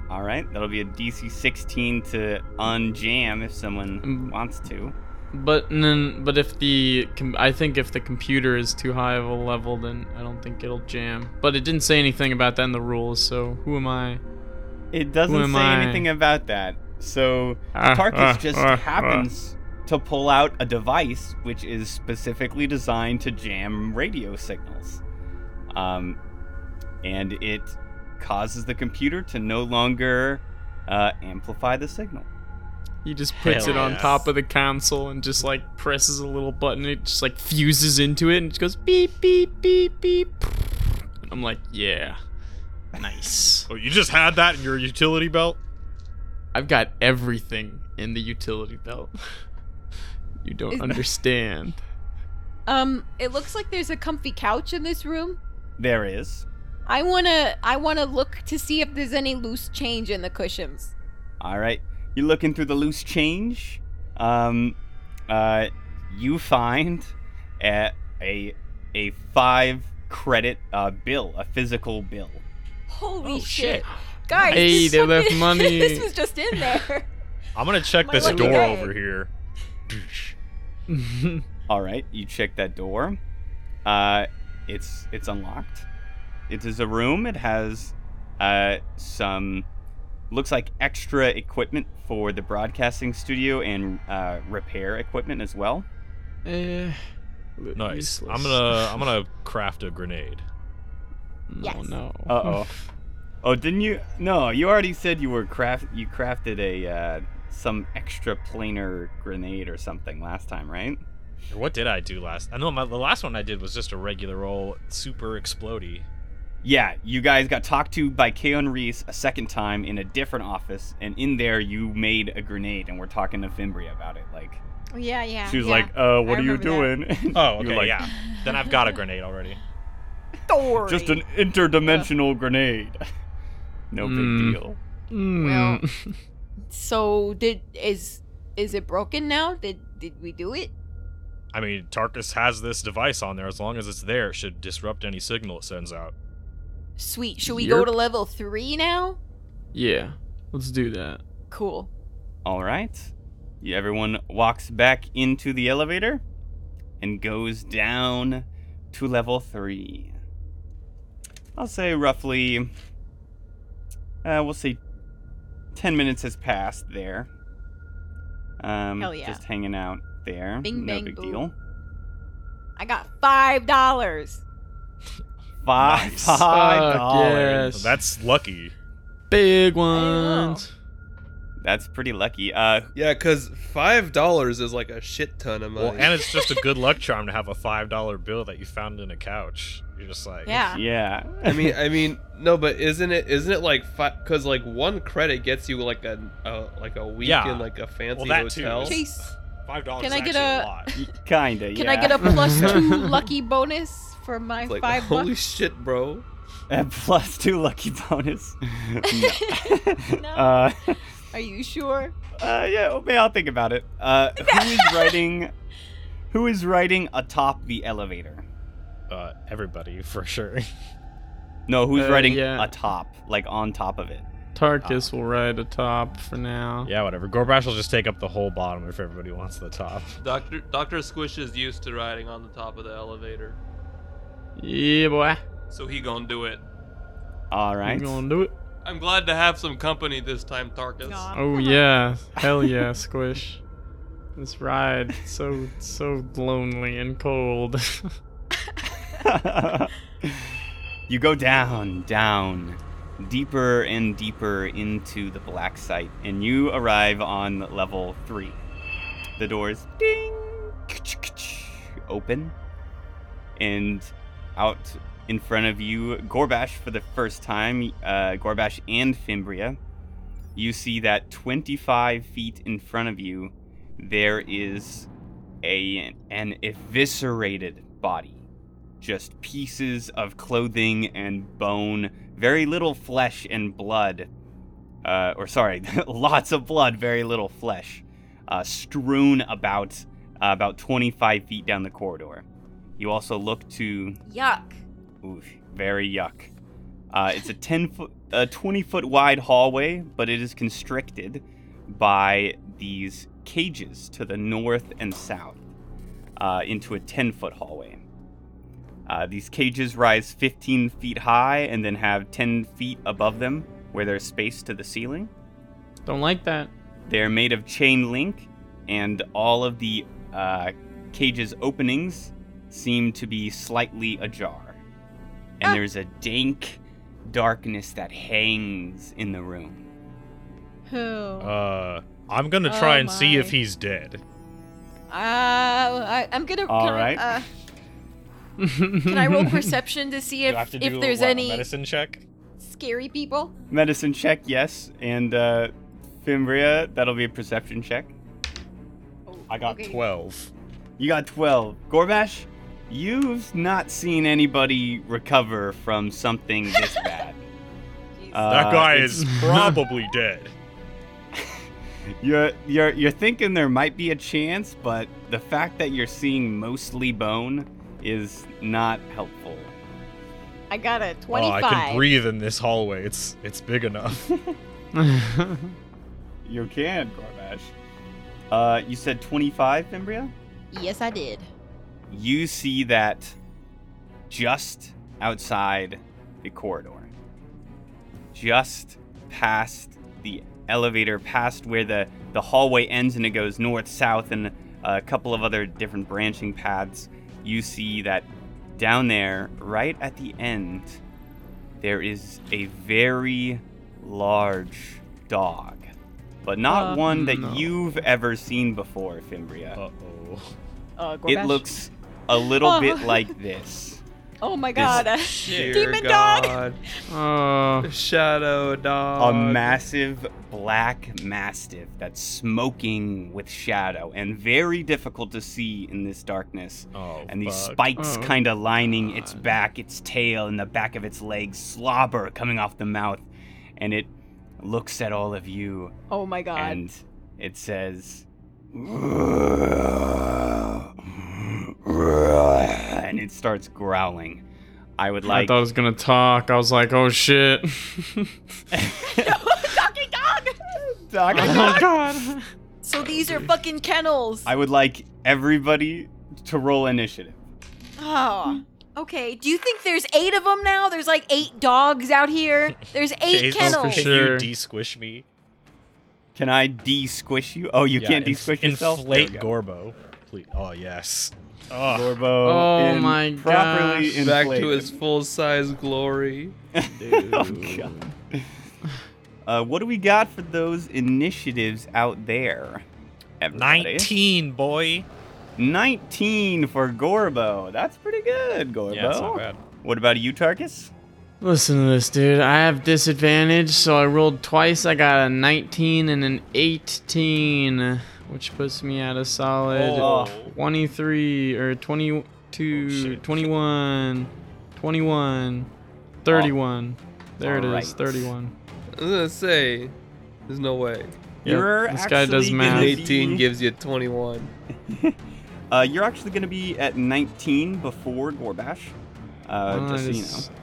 S6: all right, that'll be a DC 16 to unjam if someone
S4: Mm.
S6: wants to.
S4: but then, but if the com- I think if the computer is too high of a level, then I don't think it'll jam. But it didn't say anything about that in the rules, so who am I?
S6: It doesn't
S4: am
S6: say
S4: I?
S6: anything about that.
S4: *laughs*
S6: So
S4: Ah,
S6: Tarkus just happens to pull out a device which is specifically designed to jam radio signals. Um, and it causes the computer to no longer uh, amplify the signal.
S4: He just puts
S6: Hell
S4: it on
S6: yes.
S4: top of the console and just like presses a little button. It just like fuses into it and it just goes beep beep beep beep. And I'm like, yeah, nice.
S7: Oh, you just had that in your utility belt?
S4: I've got everything in the utility belt. *laughs* you
S2: Is- *laughs*
S4: don't understand.
S2: Um, it looks like there's a comfy couch in this room.
S6: There is.
S2: I wanna I wanna look to see if there's any loose change in the cushions.
S6: All right. You're looking through the loose change. Um, uh, you find a a, a five credit uh, bill, a physical bill.
S2: Holy
S1: Oh,
S2: shit.
S1: shit.
S2: Guys,
S4: Hey,
S2: this is
S4: they
S2: something- *laughs*
S4: left money.
S2: this was just in there.
S7: I'm gonna check
S2: My
S7: this
S2: lucky
S7: door
S2: day.
S7: over here.
S6: All right. You check that door. Uh, it's it's unlocked. It is a room. It has uh, some looks like extra equipment for the broadcasting studio and uh, repair equipment as well.
S4: Eh,
S7: Nice.
S4: useless.
S7: I'm gonna I'm gonna craft a grenade.
S4: No,
S2: Yes.
S4: no.
S6: Uh oh. *laughs* Oh, didn't you? No, you already said you were craft. You crafted a uh, some extra planar grenade or something last time, right?
S7: What did I do last? I know my, the last one I did was just a regular old super explodey.
S6: Yeah, you guys got talked to by Kaon Reese a second time in a different office, and in there you made a grenade, and we're talking to Fimbria about it. Like
S2: *laughs* Yeah, yeah.
S6: she was like, "Uh, what
S2: I
S6: are you doing?" *laughs*
S2: remember
S6: And
S7: Oh,
S6: you were
S7: okay,
S6: like,
S7: yeah. Then I've got a grenade already.
S2: Story.
S6: Just an interdimensional grenade. *laughs* no
S4: Mm.
S6: big deal.
S4: *laughs* Mm.
S2: So did is is it broken now? Did did we do it?
S7: I mean, Tarkus has this device on there. As long as it's there, it should disrupt any signal it sends out.
S2: Sweet. Should we go
S4: Yerp.
S2: to level three now?
S4: yeah, let's do that.
S2: Cool.
S6: All right. You- Everyone walks back into the elevator and goes down to level three. I'll say roughly, uh, we'll say 10 minutes has passed there. Um,
S2: Hell yeah.
S6: Just hanging out there.
S2: Bing,
S6: no
S2: bang,
S6: big
S2: boom.
S6: deal.
S2: I got five dollars.
S6: Five,
S7: Nice.
S4: Fuck
S6: five dollars.
S4: yes.
S7: That's lucky.
S4: Big
S2: know.
S4: ones.
S6: That's pretty lucky. Uh,
S5: Yeah, because five dollars is like a shit ton of money.
S7: Well, and it's
S2: *laughs*
S7: just a good luck charm to have a five dollar bill that you found in a couch. You're just like,
S2: Yeah.
S6: yeah.
S5: I mean, I mean, no, but isn't it isn't it like five? Because like one credit gets you like a, a like a week
S7: Yeah.
S5: in like a fancy
S7: that too
S5: hotel.
S7: is-
S2: Chase,
S7: five dollars.
S2: Can
S7: Can
S2: I
S7: I
S2: get a-
S6: *laughs* kinda.
S2: can
S6: yeah.
S2: I get a plus two lucky bonus for my
S5: It's like
S2: five
S5: holy
S2: bucks?
S5: shit, bro.
S6: A *laughs* plus two lucky
S2: *laughs*
S6: bonus. no.
S2: No.
S6: Uh,
S2: *laughs* Are you sure?
S6: uh, yeah, okay, I'll think about it. Uh, who is riding? Who is riding atop the elevator?
S2: *laughs*
S7: Uh, everybody for sure.
S6: No, who's
S4: Uh,
S6: riding
S4: yeah.
S6: atop, like on top of it?
S2: Ah.
S4: Tarkus will ride atop for now.
S7: yeah, whatever. Gorbash will just take up the whole bottom if everybody wants the top.
S5: Doctor Doctor Squish is used to riding on the top of the elevator,
S4: Yeah, boy.
S5: so he gonna do it.
S6: All right.
S4: You gonna do it?
S5: I'm glad to have some company this time, Tarkus.
S2: Aw, come
S4: Oh
S2: on. *laughs*
S4: yeah, hell yeah, Squish. This ride so so lonely and cold. *laughs*
S6: *laughs* you go down, down, deeper and deeper into the black site, and you arrive on level three. The doors ding open, and out in front of you, Gorbash for the first time, uh, Gorbash and Fimbria. You see that 25 feet in front of you, there is a an eviscerated body just pieces of clothing and bone, very little flesh and blood. Uh, or sorry, *laughs* lots of blood, very little flesh, uh, strewn about uh, about 25 feet down the corridor. You also look to
S2: Yuck.
S6: Oof, very yuck. Uh, it's a 10 foot, a 20 foot wide hallway, but it is constricted by these cages to the north and south uh, into a 10 foot hallway. Uh, these cages rise 15 feet high and then have 10 feet above them where there's space to the ceiling.
S4: Don't like that.
S6: They are made of chain link, and all of the uh, cage's openings seem to be slightly ajar. And
S2: Ah.
S6: there's a dank darkness that hangs in the room.
S2: Who?
S7: Oh,
S2: Uh,
S8: Uh, I'm gonna try
S2: Oh
S8: and see if
S2: my.
S8: he's dead.
S2: Uh, I, I'm gonna.
S6: All
S2: can I-
S6: right.
S2: uh, can
S8: *laughs*
S2: I
S4: *laughs*
S2: roll perception to see
S8: Do I have
S2: if
S8: to do
S2: if there's
S8: what, a
S2: any
S8: medicine check.
S2: scary people?
S6: Medicine check, yes, and uh, Fimbria, that'll be a perception check.
S2: Oh,
S8: I got
S2: okay.
S8: twelve.
S6: You got 12. Gorbash, you've not seen anybody recover from something this bad.
S2: Jeez.
S6: Uh,
S8: That guy
S6: it's-
S8: is
S6: *laughs*
S8: probably *laughs* dead.
S6: You're you're you're thinking there might be a chance, but the fact that you're seeing mostly bone is not helpful.
S2: I got a
S8: Oh, I
S2: twenty-five.
S8: can breathe in this hallway. It's it's big *laughs* enough.
S6: You can, Gorbash. Uh, you said 25, Fimbria?
S2: yes, I did.
S6: You see that just outside the corridor. Just past the elevator, past where the, the hallway ends and it goes north, south, and a couple of other different branching paths. You see that down there, right at the end, there is a very large dog. But not
S2: Uh,
S6: one that
S4: no.
S6: you've ever seen before, Fimbria.
S8: Uh oh.
S2: Uh,
S6: It
S2: Gorbash.
S6: looks a little
S2: Oh.
S6: bit like
S2: *laughs*
S6: this.
S2: Oh my god. *laughs*
S5: Dear
S2: Demon dog.
S5: God.
S4: oh.
S5: Shadow
S6: A
S2: Oh,
S5: dog.
S6: massive black mastiff that's smoking with shadow and very difficult to see in this darkness.
S8: Oh.
S6: And these
S8: fuck.
S6: spikes
S4: Oh,
S6: kind of lining its
S4: God.
S6: back, its tail, and the back of its legs, slobber coming off the mouth. And it looks at all of you
S2: Oh my god. *laughs*
S6: and it says. *laughs* And it starts growling. I would
S4: I
S6: like.
S4: thought I was gonna talk. I was like, oh shit. *laughs*
S2: Talking dog.
S6: *laughs*
S4: oh god.
S2: So these are fucking kennels.
S6: I would like everybody to roll initiative.
S2: Oh. Okay. Do you think there's eight of them now? There's like eight dogs out here. There's eight
S1: Jesus
S2: kennels.
S1: Can
S4: Sure.
S1: you de-squish me?
S6: Can I de-squish you? Oh, you
S1: Yeah,
S6: can't
S1: inf-
S6: de-squish yourself.
S1: Inflate
S6: There we go.
S1: Gorbo. Please. Oh yes.
S6: Gorbo.
S4: Oh
S6: in-
S4: my
S6: Properly
S4: gosh.
S6: inflated.
S5: Back to his full size glory.
S6: oh, God. Uh, what do we got for those initiatives out there? everybody?
S1: Nineteen, boy.
S6: 19 for Gorbo. That's pretty good, Gorbo.
S8: Yeah, it's not bad.
S6: What about you, Tarkus?
S4: Listen to this, dude. I have disadvantage, so I rolled twice. I got a 19 and an 18, which puts me at a solid
S6: Oh.
S4: 23 or 22,
S8: shit.
S4: 21, 21, 31. There it is,
S6: Alright.
S4: 31.
S5: I was gonna say, there's no way.
S4: Yep,
S6: You're
S4: this guy does
S6: actually
S5: An
S4: math.
S6: gonna
S5: 18
S6: be-
S5: gives you 21.
S6: Uh, you're actually going to be at 19 before Gorbash. Uh,
S4: Why
S6: just so
S4: not
S6: you know.
S4: just- *laughs*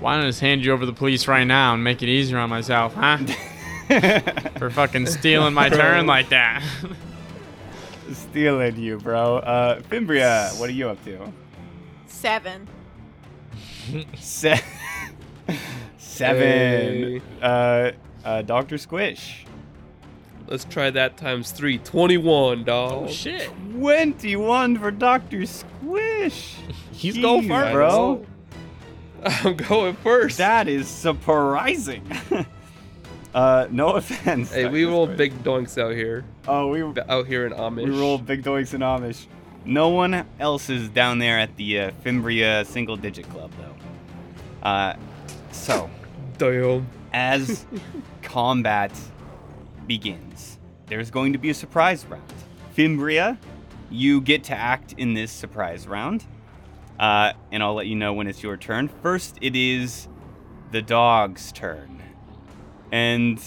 S4: Why not just hand you over to the police right now and make it easier on myself,
S6: *laughs*
S4: huh? *laughs* For fucking stealing my turn like that.
S6: Stealing you, bro. Uh, Fimbria, what are you up to?
S2: Seven.
S6: Se- *laughs* Seven.
S5: Hey.
S6: Uh, uh, Doctor Squish.
S5: Let's try that times three. 21, dog.
S3: *laughs*
S4: Oh, Shit.
S6: Twenty-one for Doctor Squish.
S1: He's
S6: Jeez,
S1: going for
S6: bro.
S5: I'm going first.
S6: That is surprising. *laughs* uh, no offense.
S5: hey, we
S6: Dr.
S5: roll
S6: Squish.
S5: big doinks out here.
S6: Oh, we
S5: Out here in Amish.
S6: we roll big doinks and Amish. No one else is down there at the uh, Fimbria Single Digit Club though. Uh, so.
S5: Damn.
S6: as combat begins, there's going to be a surprise round. Fimbria, you get to act in this surprise round, uh, and I'll let you know when it's your turn. First, it is the dog's turn. And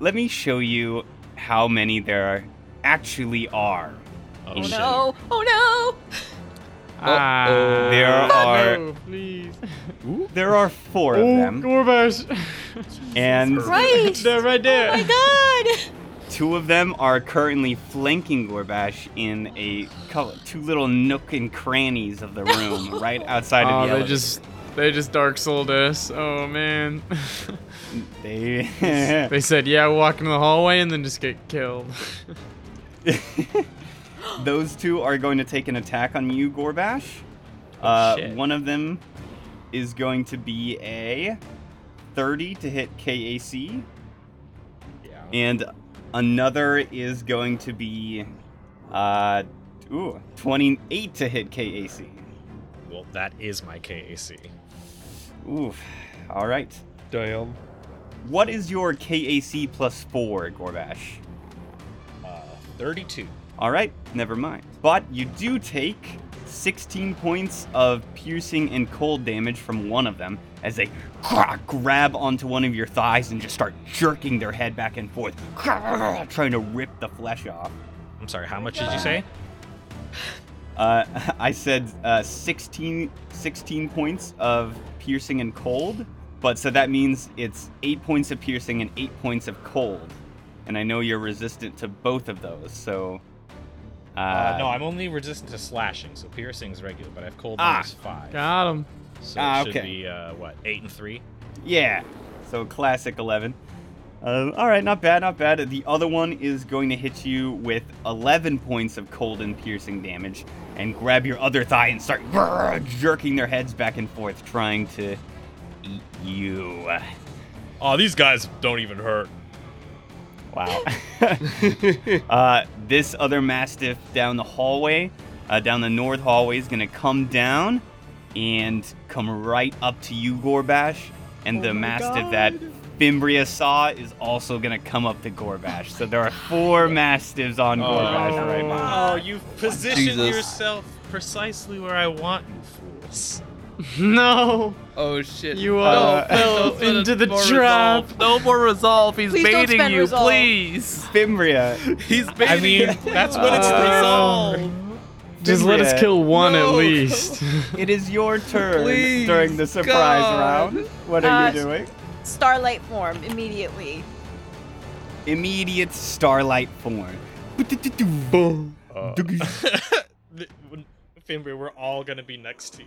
S6: let me show you how many there actually are.
S2: Oh no. Oh no.
S4: Ah,
S5: Uh-oh.
S6: There are-
S4: no, please.
S6: There are four of
S4: Oh, *laughs*
S6: them,
S4: Gorbash.
S6: and
S8: *laughs*
S2: Oh, *laughs* Right.
S4: They're right there.
S2: Oh my god.
S6: Two of them are currently flanking Gorbash in a col- two little nook and crannies of the room, right outside of the
S4: oh, they
S6: elevator.
S4: just they just dark souled us. Oh
S6: *laughs*
S4: man.
S6: they
S4: *laughs* they said, yeah, walk into the hallway and then just get killed. *laughs*
S6: *laughs* those two are going to take an attack on you, Gorbash. Uh,
S4: Oh, shit.
S6: one of them is going to be a 30 to hit KAC, and another is going to be uh ooh 28 to hit KAC.
S7: Well, that is my KAC.
S6: Ooh. All right.
S5: Damn.
S6: What is your KAC plus 4, Gorbash?
S7: Uh, 32.
S6: All right, never mind. But you do take 16 points of piercing and cold damage from one of them as they crack, grab onto one of your thighs and just start jerking their head back and forth, *laughs* crack, trying to rip the flesh off.
S7: I'm sorry, how much did you say?
S6: Uh, *laughs* I said uh, 16, 16 points of piercing and cold, but so that means it's 8 points of piercing and 8 points of cold. And I know you're resistant to both of those, so. Uh,
S7: Uh, no, I'm only resistant to slashing, so piercing's regular, but I have cold
S6: Ah,
S7: minus 5.
S4: Got him.
S7: So
S6: ah,
S7: it should
S6: okay.
S7: be, uh, what, 8 and 3?
S6: Yeah. So classic 11. Um, all right, not bad, not bad. The other one is going to hit you with 11 points of cold and piercing damage, and grab your other thigh and start *laughs* jerking their heads back and forth, trying to eat you.
S8: Oh, these guys don't even hurt.
S3: *laughs*
S6: Wow. *laughs* uh, this other mastiff down the hallway, uh, down the north hallway, is gonna come down and come right up to you, Gorbash.
S3: Oh
S6: And the mastiff that Fimbria saw is also gonna come up to Gorbash. So there are
S3: *laughs*
S6: four mastiffs
S3: Oh.
S6: on Gorbash right now.
S7: Oh, you've positioned
S5: Jesus.
S7: yourself precisely where I want you fools.
S4: No,
S5: Oh shit.
S4: you all
S6: Uh,
S4: fell
S6: *laughs*
S3: Don't spend
S4: into the
S3: more
S4: trap.
S3: resolve. No more resolve. He's
S2: Please don't
S3: baiting
S2: spend
S3: you.
S2: resolve.
S4: *laughs*
S3: Please.
S6: Fimbria.
S3: He's baiting
S7: I mean,
S3: you.
S7: that's what it's
S4: Uh,
S7: *laughs* resolved.
S4: Just let us
S6: Fimbria.
S4: kill one at
S3: No.
S4: least. *laughs*
S6: It is
S3: *laughs*
S6: your turn
S3: Please,
S6: during the surprise
S3: God.
S6: round. What
S2: Uh,
S6: are you doing?
S2: Starlight form immediately.
S6: Immediate starlight form.
S8: Uh,
S7: Th- when- Fimbria, we're all gonna be next to you.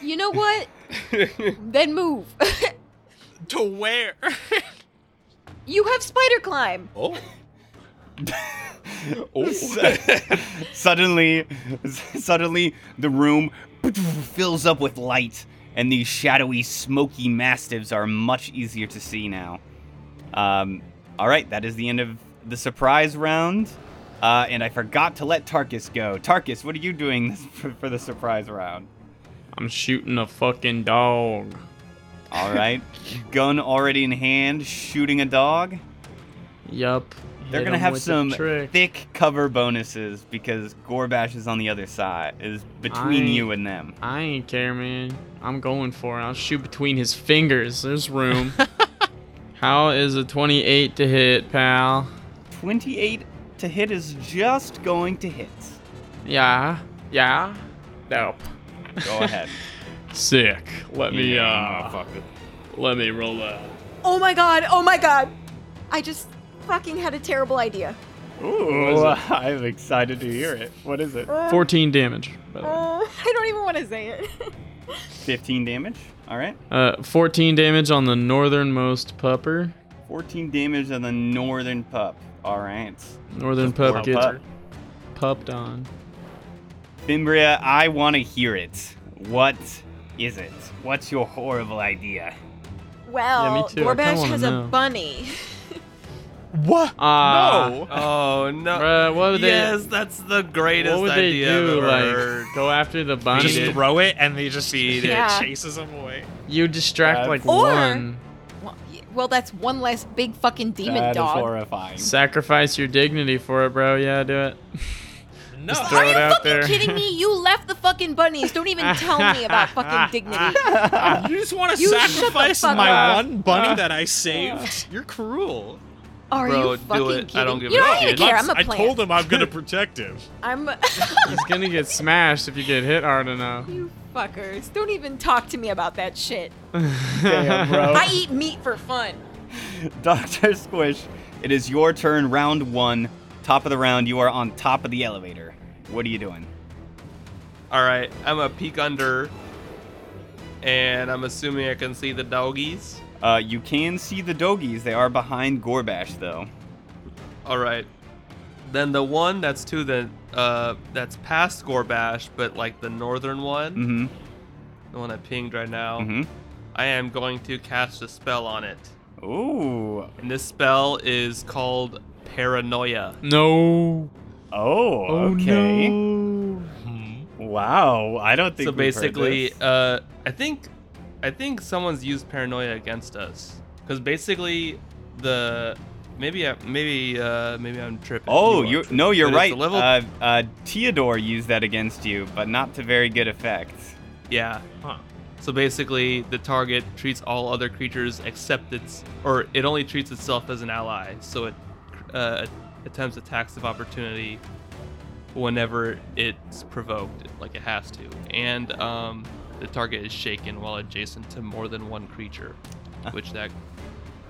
S2: You know what?
S4: *laughs*
S2: then move. *laughs*
S7: To where?
S2: you have spider climb.
S7: *laughs* Oh,
S6: Oh. *laughs* suddenly, suddenly, the room fills up with light, and these shadowy, smoky mastiffs are much easier to see now. Um, all right, that is the end of the surprise round, uh, and I forgot to let Tarkus go. Tarkus, what are you doing for, for the surprise round?
S4: I'm shooting a fucking dog.
S6: All right, gun already in hand, shooting a dog.
S4: Yup.
S6: They're
S4: Hit
S6: gonna
S4: 'em
S6: have
S4: with the
S6: some
S4: trick.
S6: thick cover bonuses because Gorbash is on the other side, is between
S4: I-
S6: you and them.
S4: I ain't care, man. I'm going for it. I'll shoot between his fingers.
S3: *laughs*
S4: There's room. How is a 28 to hit, pal?
S6: 28 to hit is just going to hit.
S4: Yeah. Yeah. Nope.
S6: *laughs* Go ahead.
S4: Sick. Let me
S6: Yeah,
S4: uh let me roll that.
S2: Oh my god. Oh my god. I just fucking had a terrible idea.
S6: Ooh, I'm excited to hear it. What is it?
S4: 14 damage. By the way.
S2: Oh, *laughs* I don't even want to say it. *laughs*
S6: 15 damage. All right.
S4: Uh 14 damage on the northernmost pupper.
S6: 14 damage on the northern pup. All right.
S4: Northern pup
S6: Northern
S4: gets
S6: pup.
S4: pupped on.
S6: Fimbria, I want to hear it. What is it? What's your horrible idea?
S2: Well,
S4: too. I kinda
S2: Gorbash
S4: wanna
S2: has
S4: know.
S2: a bunny.
S8: what?
S4: Ah.
S3: Oh no.
S4: Bruh, what would they
S3: yes, that's the greatest
S4: What would they
S3: idea I've
S4: do?
S3: ever
S4: Like
S3: heard.
S4: go after the bunny?
S7: just
S3: Feed it.
S7: throw it, and they just
S3: Feed
S7: it
S2: it. Yeah.
S7: chases them away.
S4: You distract like
S2: Or-
S4: one.
S2: Well, y- Well, that's one less big fucking demon dog.
S6: horrifying.
S4: Sacrifice your dignity for it, bro. Yeah, do it.
S7: No,
S4: throw
S2: Are you
S4: it out
S2: fucking
S4: there.
S2: kidding me? You left the fucking bunnies. Don't even tell me about
S4: *laughs*
S2: fucking dignity.
S7: you just want to
S2: You shut the
S7: sacrifice
S2: fuck
S7: my
S2: up.
S7: one bunny that I saved. You're cruel.
S2: Are
S3: Bro,
S2: you
S3: do
S2: fucking
S3: it.
S2: kidding?
S3: I don't give
S2: you
S3: a
S2: don't
S3: shit.
S2: even care. I'm a
S8: I
S2: plant.
S8: told him I'm
S2: *laughs*
S8: gonna protect him.
S4: *laughs*
S2: I'm.
S4: He's gonna get smashed if you get hit hard enough.
S2: you fuckers. Don't even talk to me about that shit.
S6: Damn, bro.
S2: I eat meat for fun.
S6: *laughs* Dr. Squish, it is your turn, round one. Top of the round, you are on top of the elevator. What are you doing?
S3: All right, I'm a peek under, and I'm assuming I can see the doggies.
S6: Uh, you can see the dogies. They are behind Gorbash, though.
S3: All right, then the one that's to the uh that's past Gorbash, but like the northern one,
S6: Mm-hmm.
S3: the one I pinged right now.
S6: Mm-hmm.
S3: I am going to cast a spell on it.
S6: Ooh.
S3: And this spell is called Paranoia.
S4: *laughs* No.
S6: Oh,
S4: Oh
S6: okay.
S4: no.
S6: Wow. I don't think
S3: So
S6: we've heard
S3: basically,
S6: this.
S3: uh, I think, I think someone's used Paranoia against us because basically the maybe I, maybe uh, maybe I'm tripping.
S6: Oh,
S3: are
S6: you are no, you're
S3: But it's
S6: right.
S3: a level-
S6: Uh, uh, Theodore used that against you, but not to very good effect.
S3: Yeah.
S7: Huh.
S3: So basically, the target treats all other creatures except its, or it only treats itself as an ally. So it uh, attempts attacks of opportunity whenever it's provoked, like it has to. And um, the target is shaken while adjacent to more than one creature, which that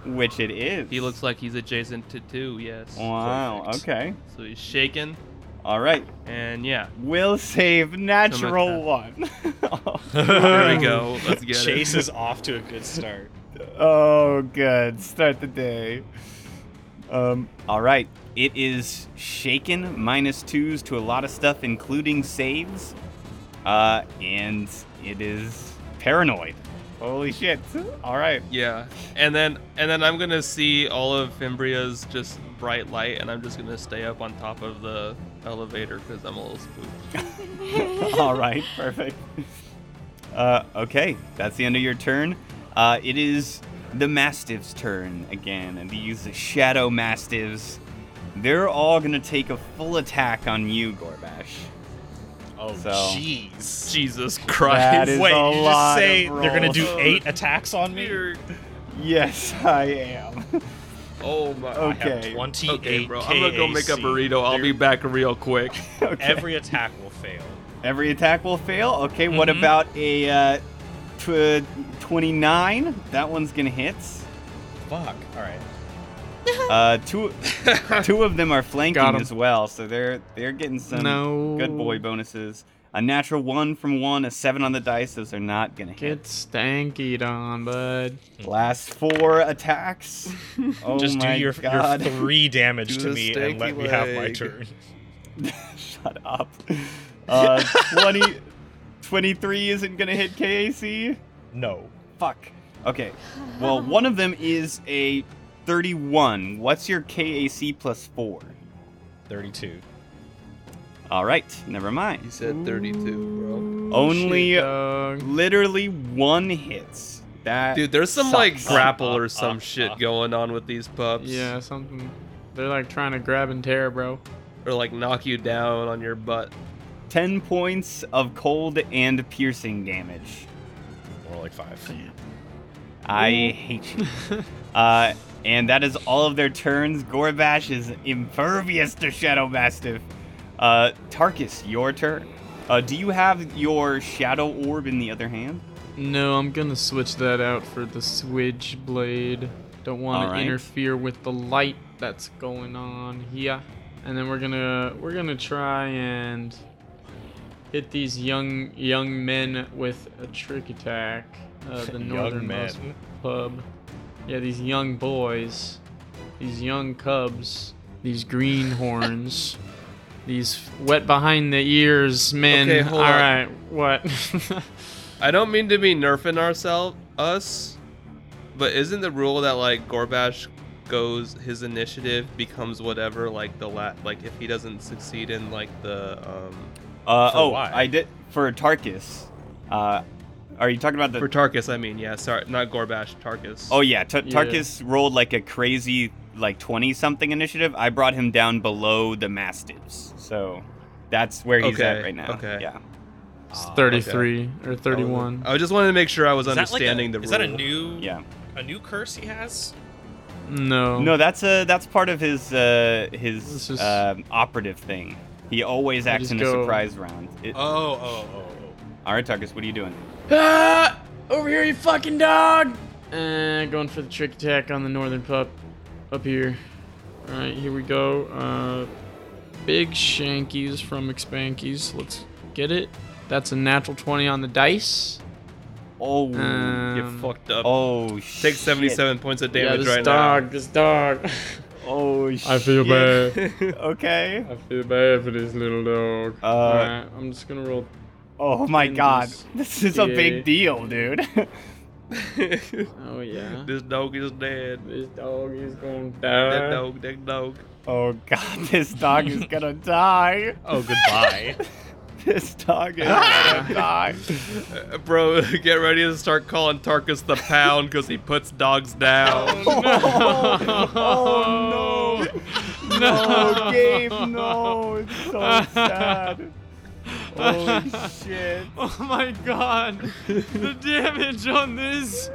S6: Which it is.
S3: he looks like he's adjacent to two. Yes.
S6: Wow. Okay.
S3: So he's shaken,
S6: All right.
S3: and yeah,
S6: Will save natural
S3: that.
S6: one. *laughs* Oh.
S3: *laughs* there we
S7: Hmm.
S3: go.
S7: *laughs*
S3: Let's get
S8: Chase
S3: it.
S8: is off to a good start.
S6: oh, good. Start the day. Um. All right. It is shaken minus twos to a lot of stuff, including saves. Uh, and it is paranoid. Holy shit! All right.
S3: Yeah, and then and then I'm gonna see all of Fimbria's just bright light, and I'm just gonna stay up on top of the elevator because I'm a little spooked.
S6: *laughs* All right, perfect. Uh, okay, that's the end of your turn. Uh, it is the Mastiff's turn again, and these Shadow Mastiffs. They're all gonna take a full attack on you, Gorbash.
S8: Oh,
S6: So-
S8: jeez.
S3: Jesus Christ!
S6: That is
S7: Wait,
S6: a
S7: you
S6: lot
S7: just say
S6: of
S7: they're gonna
S6: rolls.
S7: do eight attacks on me?
S6: Yes, *laughs* I am.
S3: Oh my.
S7: I have
S6: Okay.
S7: 28
S3: Okay, bro. I'm gonna go make a burrito. I'll be back real quick.
S6: okay.
S7: Every
S6: Every
S7: attack will fail.
S6: attack will fail. Okay, what
S7: Mm-hmm.
S3: Mhm.
S6: about a uh, tw- 29? That one's gonna hit.
S8: Fuck. All right.
S6: Uh,
S7: *laughs*
S6: two, two of them are flanking
S4: Got 'em.
S6: as well, so they're they're getting some
S4: no.
S6: Good boy bonuses. A natural one from one, a seven on the dice. Those are not gonna hit.
S4: Get stankied on, bud.
S6: Last four
S7: *laughs*
S6: attacks. Oh
S7: Just do
S6: my
S7: your, your
S3: *laughs*
S6: god!
S7: three damage
S3: Do
S7: to
S3: the
S7: me and let
S3: stanky
S7: me have my
S3: leg.
S7: turn.
S6: *laughs* Shut up. Uh, 20, 23 isn't gonna hit KAC.
S7: No.
S6: Fuck. Okay. Well, one of them is a thirty-one. What's your KAC plus four?
S7: 32.
S6: All right. Never mind.
S3: said "Oh, 32,
S6: Only
S4: Shit, dog.
S6: literally one hits. That
S3: Dude, there's some
S6: sucks.
S3: like grapple or
S7: Up,
S3: some
S7: up,
S3: shit
S7: up.
S3: going on with these pups.
S4: Yeah, something. They're like trying to grab and tear, bro.
S3: Or like knock you down on your butt.
S6: 10 points of cold and piercing damage.
S8: More like five.
S6: I hate
S3: *laughs*
S6: you. uh, and that is all of their turns. Gorbash is impervious to Shadow Mastiff. Uh, Tarkus, your turn. Uh, do you have your Shadow Orb in the other hand?
S4: No, I'm gonna switch that out for the swidge blade. Don't want to
S6: Alright.
S4: interfere with the light that's going on here. And then we're gonna we're gonna try and hit these young young men with a trick attack.
S3: *laughs*
S4: Uh, the
S8: Young
S4: northernmost
S8: men.
S4: pub. Yeah, these young boys, these young cubs, these *laughs* greenhorns, these wet behind the ears men.
S3: Okay,
S4: All
S3: hold on.
S4: right, what? *laughs*
S3: I don't mean to be nerfing ourselves us, but isn't the rule that like Gorbash goes his initiative becomes whatever like the la- like if he doesn't succeed in like the um
S6: Uh,
S7: For
S6: oh,
S7: why?
S6: I did. For Tarkus. Uh, are you talking about the.
S3: for Tarkus I mean yeah sorry not Gorbash Tarkus
S6: oh, yeah. T-
S4: Yeah.
S6: Tarkus rolled like a crazy, like 20 something initiative. I brought him down below the Mastiffs. So that's where he's
S3: Okay,
S6: at right now.
S3: okay.
S6: Yeah.
S7: Ah,
S4: It's
S7: okay.
S4: 33 or 31.
S3: I just wanted to make sure I was
S7: Is that like a-
S3: understanding the rule
S7: Is that a new
S6: Yeah.
S7: a new curse he has?
S4: no.
S6: No, that's uh that's part of his uh, his
S4: This is-
S6: uh, operative thing. He always
S4: I
S6: acts
S4: just
S6: in a
S4: go-
S6: surprise round. It,
S7: Oh, oh, oh, oh. *laughs*
S6: all right, Tarkus, what are you doing?
S4: Ah! Over here, you fucking dog! Uh, going for the trick attack on the northern pup up here. Alright, here we go. Uh, big shankies from Expankies. Let's get it. That's a natural 20 on the dice.
S6: Oh,
S3: you
S4: Um,
S3: fucked up
S6: oh,
S3: take
S6: shit.
S3: 77 points of
S4: yeah,
S3: damage
S4: this
S3: right *laughs*
S4: dog, this dog.
S6: Oh shit.
S4: I feel bad.
S6: *laughs* okay.
S4: I feel bad for this little dog.
S6: Uh,
S4: Alright, I'm just gonna roll
S6: Oh my
S4: And
S6: god,
S4: just-
S6: this is a
S4: Yeah.
S6: big deal, dude. *laughs*
S4: Oh yeah.
S5: this dog is dead.
S4: This dog is gonna
S5: That
S4: die.
S5: dog, that dog.
S6: Oh god, *laughs* this dog is gonna *laughs* die.
S8: Oh, goodbye.
S6: This dog is *laughs* gonna *laughs* die.
S3: Uh, Bro, *laughs* get ready to start calling Tarkus the Pound because he puts dogs
S6: *laughs*
S3: down.
S6: Oh, *laughs*
S5: *laughs*
S6: oh no. No, Gabe, no. It's so *laughs* sad. Holy shit.
S4: Oh my god. *laughs* the damage on this.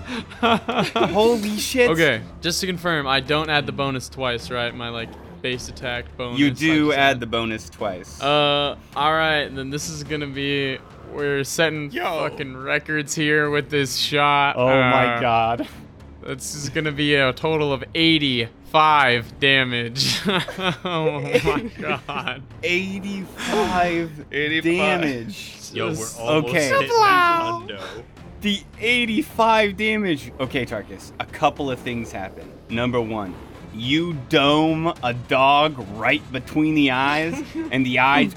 S6: *laughs* Holy shit.
S4: okay, just to confirm, I don't add the bonus twice, right? My like base attack bonus.
S6: You
S4: I
S6: do
S4: just
S6: add the bonus twice.
S4: Uh, all right, then this is gonna be we're setting fucking records here with this shot.
S6: oh my
S4: Uh,
S6: god.
S4: This is gonna be a total of 85 damage. *laughs* oh
S6: *laughs*
S4: my god.
S6: 85
S4: *laughs*
S5: 85.
S6: damage.
S7: *laughs* Yo, we're
S4: This-
S7: almost
S6: Okay.
S7: hitting Hundo.
S6: The 85 damage. Okay, Tarkus, a couple of things happen. Number one, you dome a dog right between
S5: *laughs*
S6: the eyes, and the eyes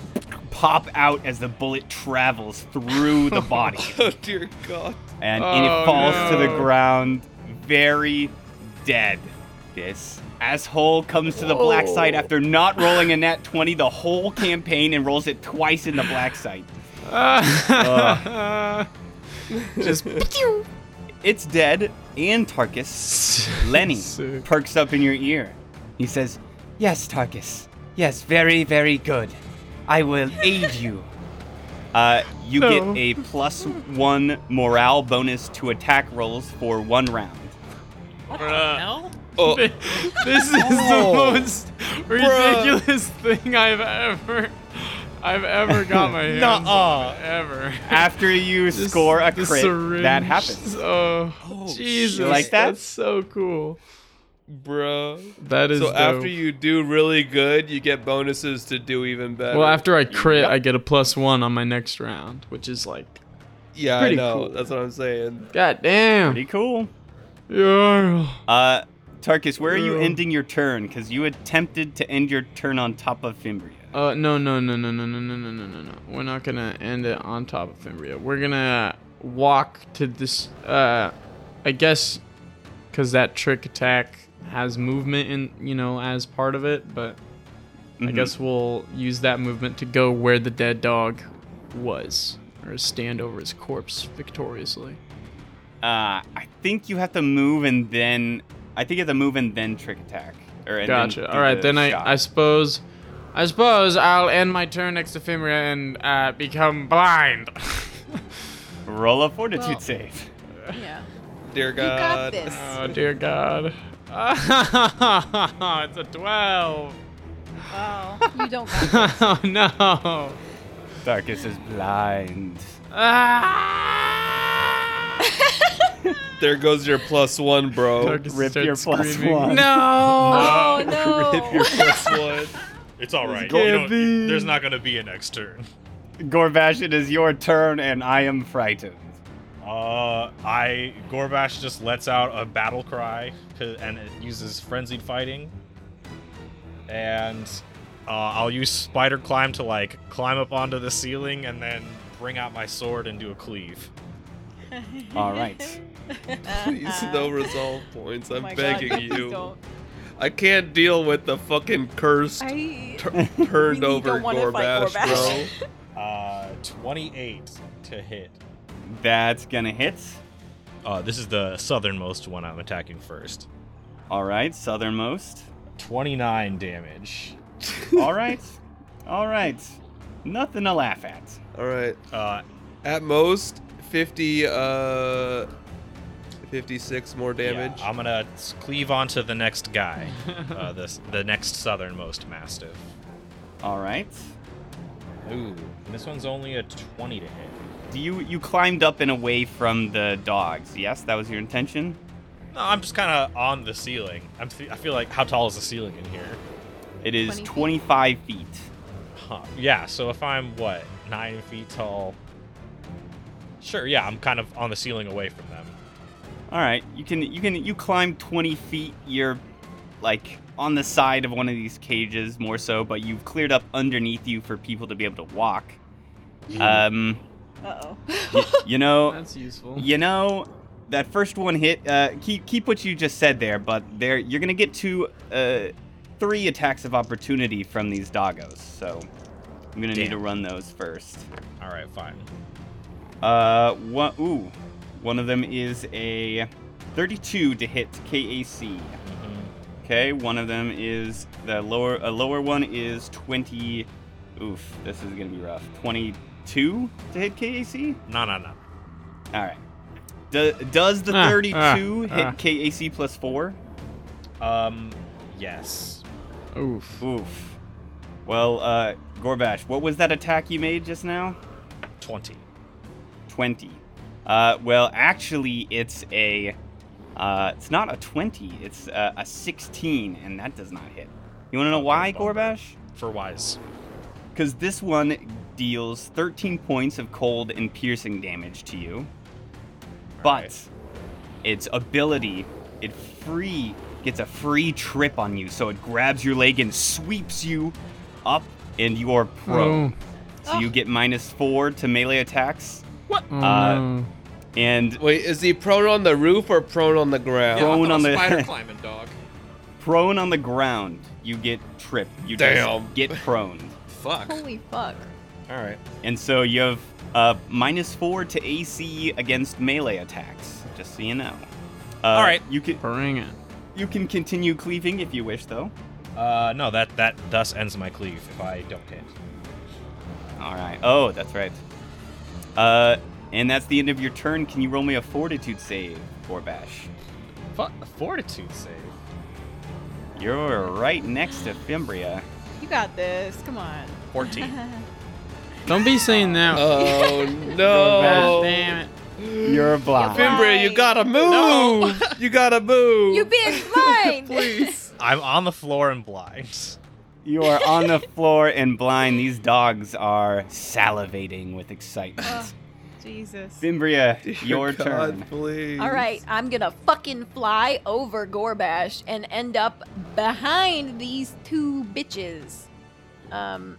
S6: pop out as the bullet travels through the body.
S5: *laughs* Oh dear God.
S6: and, and it
S4: Oh,
S6: falls to the
S4: no.
S6: ground very dead. This asshole comes to the black site after not rolling a nat 20 the whole campaign and rolls it twice in the
S5: *laughs*
S6: black site.
S4: Just
S6: It's dead,
S4: *laughs*
S6: and Tarkus, Lenny,
S4: Sick.
S6: perks up in your ear. He says, Yes, Tarkus. Yes, very, very good. I will
S4: *laughs*
S6: aid you. Uh, you
S4: No.
S6: get a plus one morale bonus to attack rolls for one round.
S5: Oh,
S4: this is the most ridiculous thing I've ever I've ever got
S6: *laughs*
S4: my hands on ever.
S6: After you
S4: *laughs* This-
S6: score a
S4: this
S6: crit, that
S4: syringe. *laughs*
S6: happens.
S4: Oh, Jesus!
S6: You like that?
S4: That's so cool.
S5: bro.
S4: That is
S5: So after
S4: dope.
S5: you do really good, you get bonuses to do even better.
S4: Well, after I crit, I get a plus one on my next round, which is like,
S5: yeah, I
S4: pretty
S5: know.
S4: cool.
S5: That's what I'm saying.
S4: god damn.
S6: Pretty cool.
S4: Yeah.
S6: Uh, Tarkus, where are you
S4: Yeah.
S6: ending your turn? Because you attempted to end your turn on top of Fimbria.
S4: Uh, no, no, no, no, no, no, no, no, no, no, no. We're not gonna end it on top of Fimbria. We're gonna walk to this. Uh, I guess, cause that trick attack has movement in, you know, as part of it. But I
S5: Mm-hmm.
S6: Mhm.
S4: guess we'll use that movement to go where the dead dog was, or stand over his corpse victoriously.
S6: Uh, I think you have to move and then. I think you have to move and then trick attack. Or and then
S4: Gotcha.
S6: do
S4: All right,
S6: the
S4: then
S6: shot.
S4: I, I suppose, I suppose I'll end my turn next to Fimbria and uh, become blind.
S6: roll a fortitude
S2: Well-
S6: save. *laughs*
S2: Yeah.
S5: Dear
S2: You got
S5: God.
S2: this.
S4: *laughs* oh dear *laughs* God! it's a twelve.
S2: Wow. You don't got *laughs* this.
S4: *laughs* oh no!
S6: Tarkus is blind.
S4: Ah!
S5: There goes your plus one,
S4: *laughs*
S5: bro.
S2: *laughs*
S4: Tarkus
S6: rip
S4: starts
S6: your plus
S4: screaming.
S6: one.
S4: No!
S2: Oh no.
S5: Rip
S2: *laughs*
S5: your plus one.
S7: It's all right.
S4: gonna
S7: You know,
S4: be-
S7: there's not gonna be a next turn.
S6: Gorbash, it is your turn, and I am
S2: *laughs*
S6: frightened.
S7: Uh, I Gorbash just lets out a battle cry 'cause- and it uses frenzied fighting, and uh, I'll use spider climb to like climb up onto the ceiling and then bring out my sword and do a cleave.
S6: All right.
S5: Please, no resolve points.
S2: Oh
S5: I'm
S3: *laughs*
S5: begging you.
S2: Don't.
S5: I can't deal with the fucking cursed,
S2: I *laughs*
S5: tur- turned
S2: really
S5: over
S2: don't wanna fight
S5: Gorbash, bro.
S2: Gorbash.
S5: *laughs*
S7: Uh, 28 to hit.
S6: That's gonna hit.
S7: Uh, this is the southernmost one I'm attacking first.
S6: All
S2: *laughs*
S6: right, southernmost.
S7: 29 damage.
S6: All right. All right. Nothing to laugh at.
S5: All right.
S7: Uh,
S5: At most, 50, uh, 56 more
S7: yeah,
S5: damage.
S7: I'm gonna s- cleave onto the next guy, uh, *laughs* this the next southernmost mastiff.
S6: All right.
S7: Ooh, this one's only a 20 to hit.
S6: Do you you climbed up and away from the dogs? Yes, that was your intention.
S7: No, I'm just kind of on the ceiling. I'm fe- I feel like how tall is the ceiling in here?
S6: It
S2: 20
S6: is
S2: feet.
S6: 25 feet.
S7: Huh. Yeah, so if I'm what nine feet tall, sure, yeah, I'm kind of on the ceiling away from them.
S6: All right, you can you can you climb 20 feet. You're like on the side of one of these cages more so, but you've cleared up underneath you for people to be able to walk. Um,
S2: Uh oh. *laughs*
S6: y- you know,
S4: That's useful.
S6: You know, that first one hit. Uh, keep keep what you just said there, but there you're gonna get two, uh, three attacks of opportunity from these doggos. So I'm gonna need to run those first.
S7: All right, fine.
S6: Uh, one ooh, one of them is a 32 to hit KAC.
S4: Mm-hmm.
S6: Okay, one of them is the lower a lower one is 20. Oof, this is gonna be rough. 22 to hit KAC.
S7: No, no, no.
S6: All right. Do, does the
S4: Ah,
S6: 32
S4: ah,
S6: hit
S4: ah.
S6: KAC plus 4?
S7: Um, yes.
S6: Oh,
S4: Oof.
S6: Oof. Well, uh, Gorbash, what was that attack you made just now?
S7: 20.
S6: 20. Uh, well, actually, it's a. Uh, it's not a 20, it's uh, a 16, and that does not hit. You want to know why,
S7: bummer.
S6: Gorbash?
S7: For wise.
S6: Because this one deals 13 points of cold and piercing damage to you. But its ability, it free gets a free trip on you, so it grabs your leg and sweeps you up, and you are prone. So you get minus four to melee attacks,
S4: Oh,
S6: Uh, *laughs*
S4: no.
S6: and
S9: Wait, is he prone on the roof or prone on the ground?
S6: Yeah. Prone on the- *laughs*
S10: spider climbing dog.
S6: prone on the ground, you get tripped. You
S9: Damn.
S6: just get prone.
S10: Fuck.
S2: Holy fuck.
S9: All right.
S6: And so you have uh, minus four to AC against melee attacks, just so you know. Uh, All
S7: right.
S6: you can
S4: Bring it.
S6: you can continue cleaving if you wish, though.
S7: Uh, no, that that thus ends my cleave if I don't hit.
S6: All right. Oh, that's right. Uh, and that's the end of your turn. Can you roll me a Fortitude save, Gorbash?
S7: Fuck, fortitude save.
S6: You're right next to Fimbria.
S2: You got this. Come on.
S3: *laughs*
S7: 14.
S4: Don't be saying that.
S2: *laughs*
S9: Oh
S4: Gosh,
S9: no!
S4: damn it.
S6: You're blind.
S9: Fimbria, you gotta move.
S2: *laughs*
S9: You gotta move.
S3: *laughs*
S2: You being blind.
S9: Please.
S7: I'm on the floor and blind.
S6: You are on the floor and blind. These dogs are salivating with excitement.
S2: *laughs* Oh, Jesus.
S6: Fimbria,
S9: Dear
S6: your
S9: God,
S6: turn.
S9: Please.
S2: All right, I'm gonna fucking fly over Gorbash and end up behind these two bitches. Um,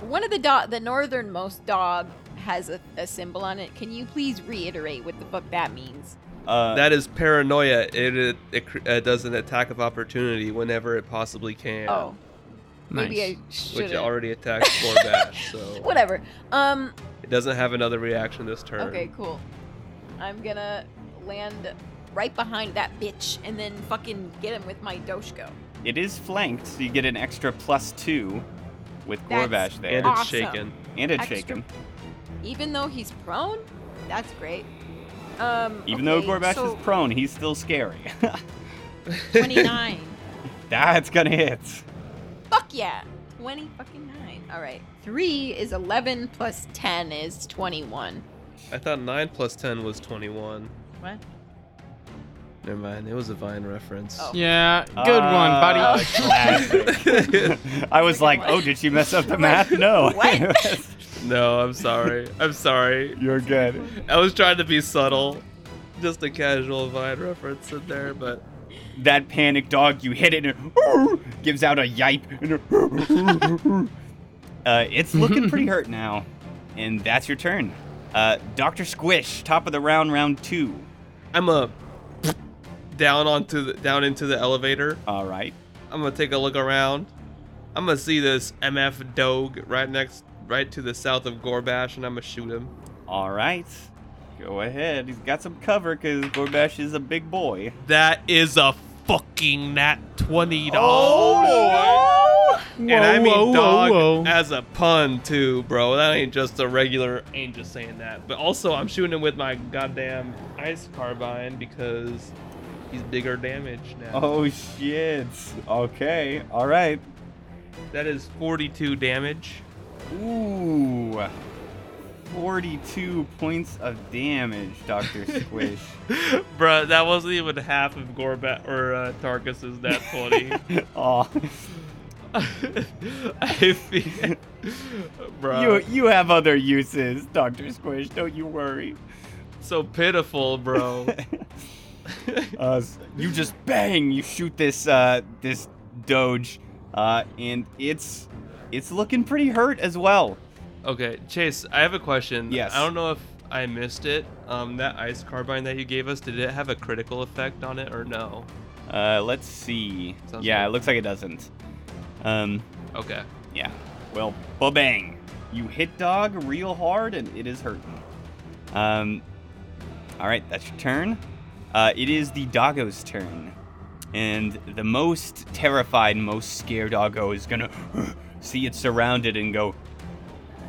S2: one of the dog, the northernmost dog, has a, a symbol on it. Can you please reiterate what the fuck that means?
S6: Uh,
S3: That is paranoia. It it, it cr- uh, does an attack of opportunity whenever it possibly can,
S2: Oh, maybe
S4: Nice.
S2: I
S3: which
S2: should.
S3: it already attacks
S2: *laughs*
S3: Gorbash, so
S2: Whatever. Um,
S3: it doesn't have another reaction this turn.
S2: Okay, cool. I'm gonna land right behind that bitch and then fucking get him with my Doshko.
S6: it is flanked, so you get an extra plus two with
S2: That's
S6: Gorbash there.
S3: And it's
S2: Awesome.
S3: shaken.
S6: And it's
S2: extra-
S6: shaken.
S2: Even though he's prone, that's great. Um,
S6: Even
S2: okay,
S6: though Gorbash
S2: so
S6: is prone, he's still scary. *laughs*
S2: 29.
S6: That's gonna hit.
S2: *laughs* Fuck yeah. 20 fucking 9. All right. 3 is 11 plus 10 is 21.
S3: I thought nine plus ten was twenty-one.
S2: What?
S3: Never mind. It was a Vine reference.
S2: Oh.
S4: Yeah, good one, buddy.
S2: *laughs*
S6: Uh,
S2: Oh.
S3: *laughs*
S2: *laughs*
S6: classic. *laughs* I was like, oh, did she mess up the math? No.
S2: What?
S3: No, I'm sorry. I'm sorry.
S6: *laughs* You're good.
S3: I was trying to be subtle. Just a casual Vine reference in there, but
S6: That panic dog, you hit it and it gives out a yipe. *laughs* And a uh, it's looking *laughs* pretty hurt now. And that's your turn. Uh, Dr. Squish, top of the round, round two.
S3: I'm a down onto the down into the elevator.
S6: All right.
S3: I'm gonna take a look around. I'm gonna see this MF Dog right next, right to the south of Gorbash, and I'm gonna shoot him.
S6: All right. Go ahead. He's got some cover because Gorbash is a big boy.
S3: That is a fucking nat twenty dog,
S6: Oh, no!
S3: and I mean
S4: Whoa, whoa,
S3: dog
S4: whoa.
S3: as a pun too, bro. That ain't just a regular. Ain't just saying that. But also, I'm shooting him with my goddamn ice carbine because he's bigger damage now.
S6: Oh shit. Okay. All right.
S3: That is 42 damage.
S6: Ooh. 42 points of damage, *laughs* Dr. Squish.
S3: Bruh, that wasn't even half of Gorbat or uh, Tarkus's nat
S4: *laughs*
S3: 20.
S6: *laughs* Aw.
S3: *laughs* I feel.
S6: You
S3: Bro,
S6: you have other uses, Dr. Squish, don't you worry.
S3: so pitiful, bro.
S6: Uh, s- you just bang, you shoot this uh this doge uh and it's it's looking pretty hurt as well.
S3: okay, Chase, I have a question.
S6: Yes.
S3: I don't know if I missed it. Um, that ice carbine that you gave us, did it have a critical effect on it or no?
S6: Uh, let's see.
S3: Sounds
S6: yeah,
S3: good.
S6: it looks like it doesn't. Um,
S3: Okay.
S6: yeah. Well, ba bang. You hit dog real hard and it is hurting. Um, all right, that's your turn. Uh, it is the doggo's turn. And the most terrified, most scared doggo is gonna *gasps* see it surrounded and go,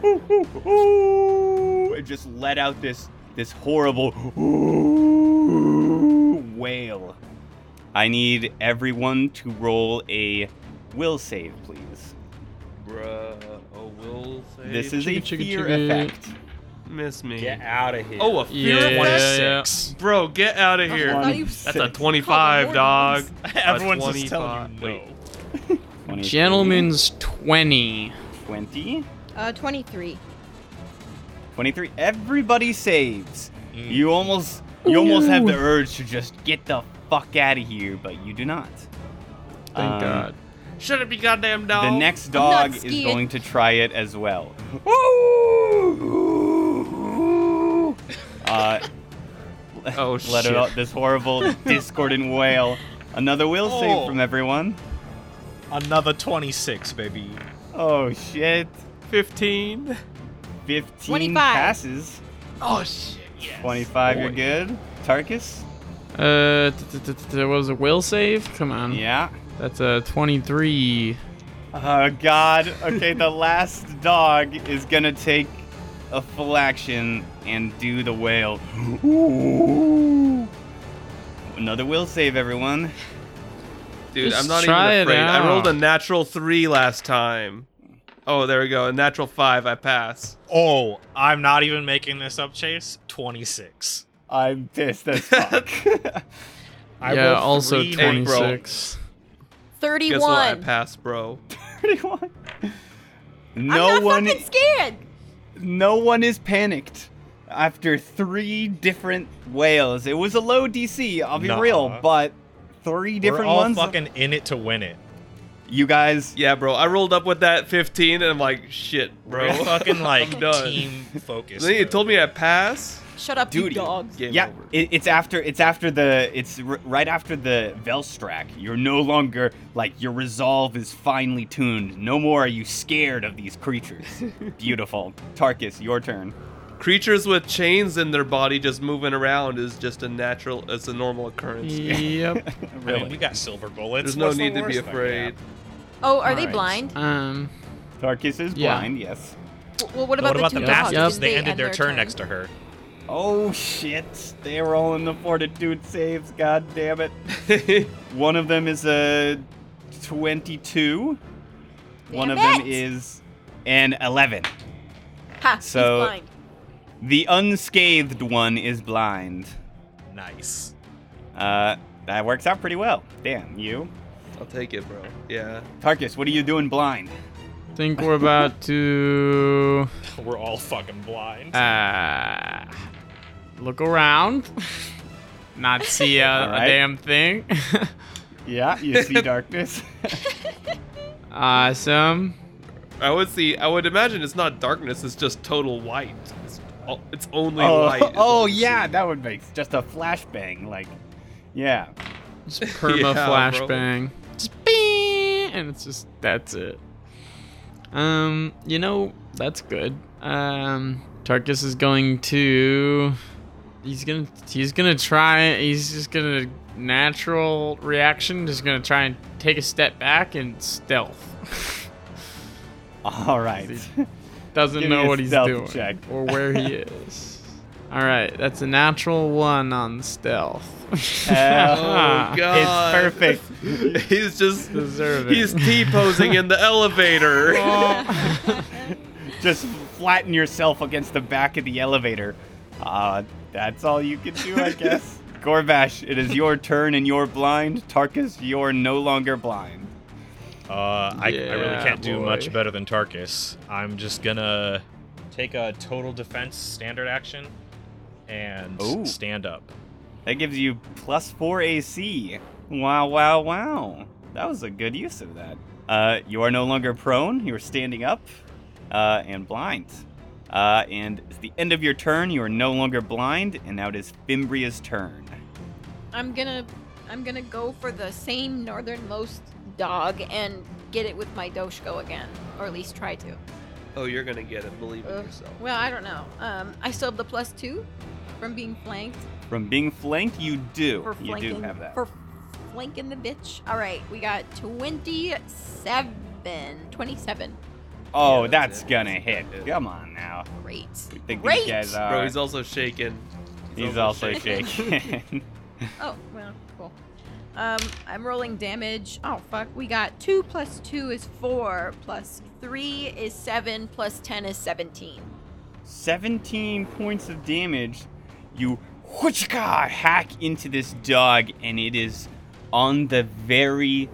S6: ooh, ooh, ooh, and just let out this this horrible ooh, wail. I need everyone to roll a will save, please.
S3: Bruh. Oh, will save.
S6: This is a
S4: Chicka, chicka,
S6: fear
S4: chicka.
S6: effect.
S3: miss me.
S8: Get out of here.
S3: Oh, a fear
S4: Yeah,
S3: effect?
S4: yeah.
S3: Bro, get out of
S2: Oh,
S3: here.
S2: I thought you
S3: That's a
S6: Six.
S3: 25, dog.
S2: Call
S4: *laughs*
S7: Everyone's
S3: a
S7: just telling
S3: 25.
S7: you no.
S3: Wait,
S4: Gentleman's 20.
S6: 20,
S10: Uh, 23.
S6: 23. Everybody saves. You almost you almost have the urge to just get the fuck out of here, but you do not.
S4: Thank
S6: Um,
S4: God.
S3: Shut up, you goddamn dog.
S6: The next
S2: not
S6: dog is
S2: scared.
S6: going to try it as well. Ooh! Uh, *laughs*
S3: Oh,
S6: let
S3: shit.
S6: out this
S3: *laughs*
S6: horrible discordant wail. Another will save
S7: Oh.
S6: from everyone.
S7: Another 26, baby.
S6: Oh shit!
S3: 15.
S6: Fifteen
S2: 25.
S6: passes.
S3: Oh, shit. Yes.
S6: Twenty-five. You're
S3: Boy.
S6: good. Tarkus.
S4: Uh, t- t- t- t- what was it? Will save? Come on.
S3: Hmm.
S6: Yeah.
S4: That's uh, a 23.
S6: Oh god. Okay, the last dog is gonna take a full action and do the wail. Ooh. Another will save, everyone.
S3: Dude,
S4: Just
S3: I'm not even
S4: try it
S3: afraid. I rolled a
S4: out.
S3: natural three last time. Oh, there we go. A natural five. I pass.
S7: Oh, I'm not even making this up, Chase. 26.
S6: I'm pissed *laughs* as fuck.
S7: I
S4: yeah,
S7: rolled
S4: also
S7: three
S3: Hey, bro.
S4: 26.
S3: Guess what? I
S2: 31.
S3: pass, bro.
S6: 31.
S2: I'm
S6: No
S2: not
S6: one
S2: fucking scared.
S6: no one is panicked after three different whales. It was a low DC, I'll be
S7: Nah.
S6: real, but three different
S7: We're all
S6: ones.
S7: fucking in it to win it.
S6: you guys
S3: Yeah, bro. I rolled up with that 15, and I'm like, shit, bro.
S7: We're fucking like
S3: I'm done.
S7: team focused.
S3: *laughs* Then you
S7: bro.
S3: told me I pass.
S2: Shut up,
S6: Duty.
S2: you dogs.
S3: Game
S6: yeah,
S3: over.
S6: it, it's after it's after the it's r- right after the Velstrak. You're no longer like your resolve is finely tuned. No more are you scared of these creatures. Beautiful, Tarkus, your turn.
S3: Creatures with chains in their body just moving around is just a natural, it's a normal occurrence.
S4: Yep.
S7: I mean, we got silver bullets.
S3: There's no
S7: What's the
S3: need to be
S7: worst thing?
S3: afraid.
S2: Oh, are they blind?
S4: Alright.
S7: Uh,
S4: Um,
S6: Tarkus is
S4: Yeah.
S6: blind. Yes.
S2: W- Well, what
S7: But
S2: about
S7: what about
S2: the
S7: the
S2: two
S4: Yep.
S2: dogs?
S4: Yep.
S7: bastards?
S2: Did
S7: They ended their
S2: end
S7: turn next to her.
S6: Oh shit! They're all in the fortitude saves. God damn it! One of them is a twenty-two. One of
S2: Damn
S6: them
S2: it.
S6: is an eleven.
S2: Ha,
S6: So-
S2: he's blind.
S6: The unscathed one is blind.
S7: Nice. *laughs*
S6: Uh, that works out pretty well. Damn you.
S3: I'll take it, bro. Yeah.
S6: Tarkus, what are you doing blind?
S4: think we're about to.
S7: We're all fucking blind.
S4: Uh, look around. *laughs* Not see a,
S6: All right.
S4: a damn thing. *laughs*
S6: Yeah, you *laughs* see darkness.
S4: awesome.
S3: I would see. I would imagine it's not darkness. It's just total white. It's, all- it's only light.
S6: oh,
S3: is
S6: *laughs* oh
S3: what you
S6: yeah,
S3: see.
S6: that would make just a flashbang. Like, *laughs* yeah.
S4: Just perma
S3: Yeah, bro.
S4: flashbang. Just bing, and it's just that's it. Um, you know that's good. Um, Tarkus is going to. He's gonna. He's gonna try. He's just gonna natural reaction. Just gonna try and take a step back and stealth. *laughs*
S6: All right. *laughs*
S4: Doesn't
S6: Give me
S4: know
S6: a
S4: what he's
S6: stealth
S4: doing
S6: check.
S4: or where
S6: *laughs*
S4: he is. All right, that's a natural one on stealth. *laughs*
S6: Hell
S3: Oh god.
S6: It's
S3: perfect. *laughs* he's just
S4: Ah, Deserve
S3: he's
S4: it.
S3: T posing in the elevator.
S6: just flatten yourself against the back of the elevator. Uh, that's all you can do, *laughs* I guess. Gorbash, it is your turn and you're blind. Tarkus, you're no longer blind.
S7: Uh, I, I really
S4: Yeah,
S7: can't do
S4: boy.
S7: much better than Tarkus. I'm just gonna take a total defense standard action and
S6: Ooh.
S7: stand up.
S6: That gives you plus four AC. Wow, wow, wow. That was a good use of that. Uh, you are no longer prone. You are standing up uh, and blind. Uh, and it's the end of your turn. You are no longer blind, and now it is Fimbria's turn.
S2: I'm gonna I'm gonna go for the same northernmost dog and get it with my Doshko again, or at least try to.
S3: *laughs* Oh, you're gonna get it. Believe in
S2: Ugh.
S3: yourself.
S2: Well, I don't know. Um, I still have the plus two from being flanked
S6: From being flanked, you do.
S2: for
S6: you
S2: flanking
S6: do have that.
S2: for flanking the bitch. All right, we got 27, 27.
S6: oh,
S3: Yeah, that's
S6: that's
S3: it.
S6: gonna
S3: That's
S6: hit.
S3: it.
S6: Come on now.
S2: Great.
S6: We think
S2: Great.
S6: these guys are.
S3: Bro, he's also shaken.
S6: he's also shaking. *laughs*
S2: Oh, well, cool. Um, I'm rolling damage. Oh, fuck. We got 2 plus 2 is 4, plus 3 is 7, plus 10 is 17.
S6: 17 points of damage. You whooshka hack into this dog, and it is on the very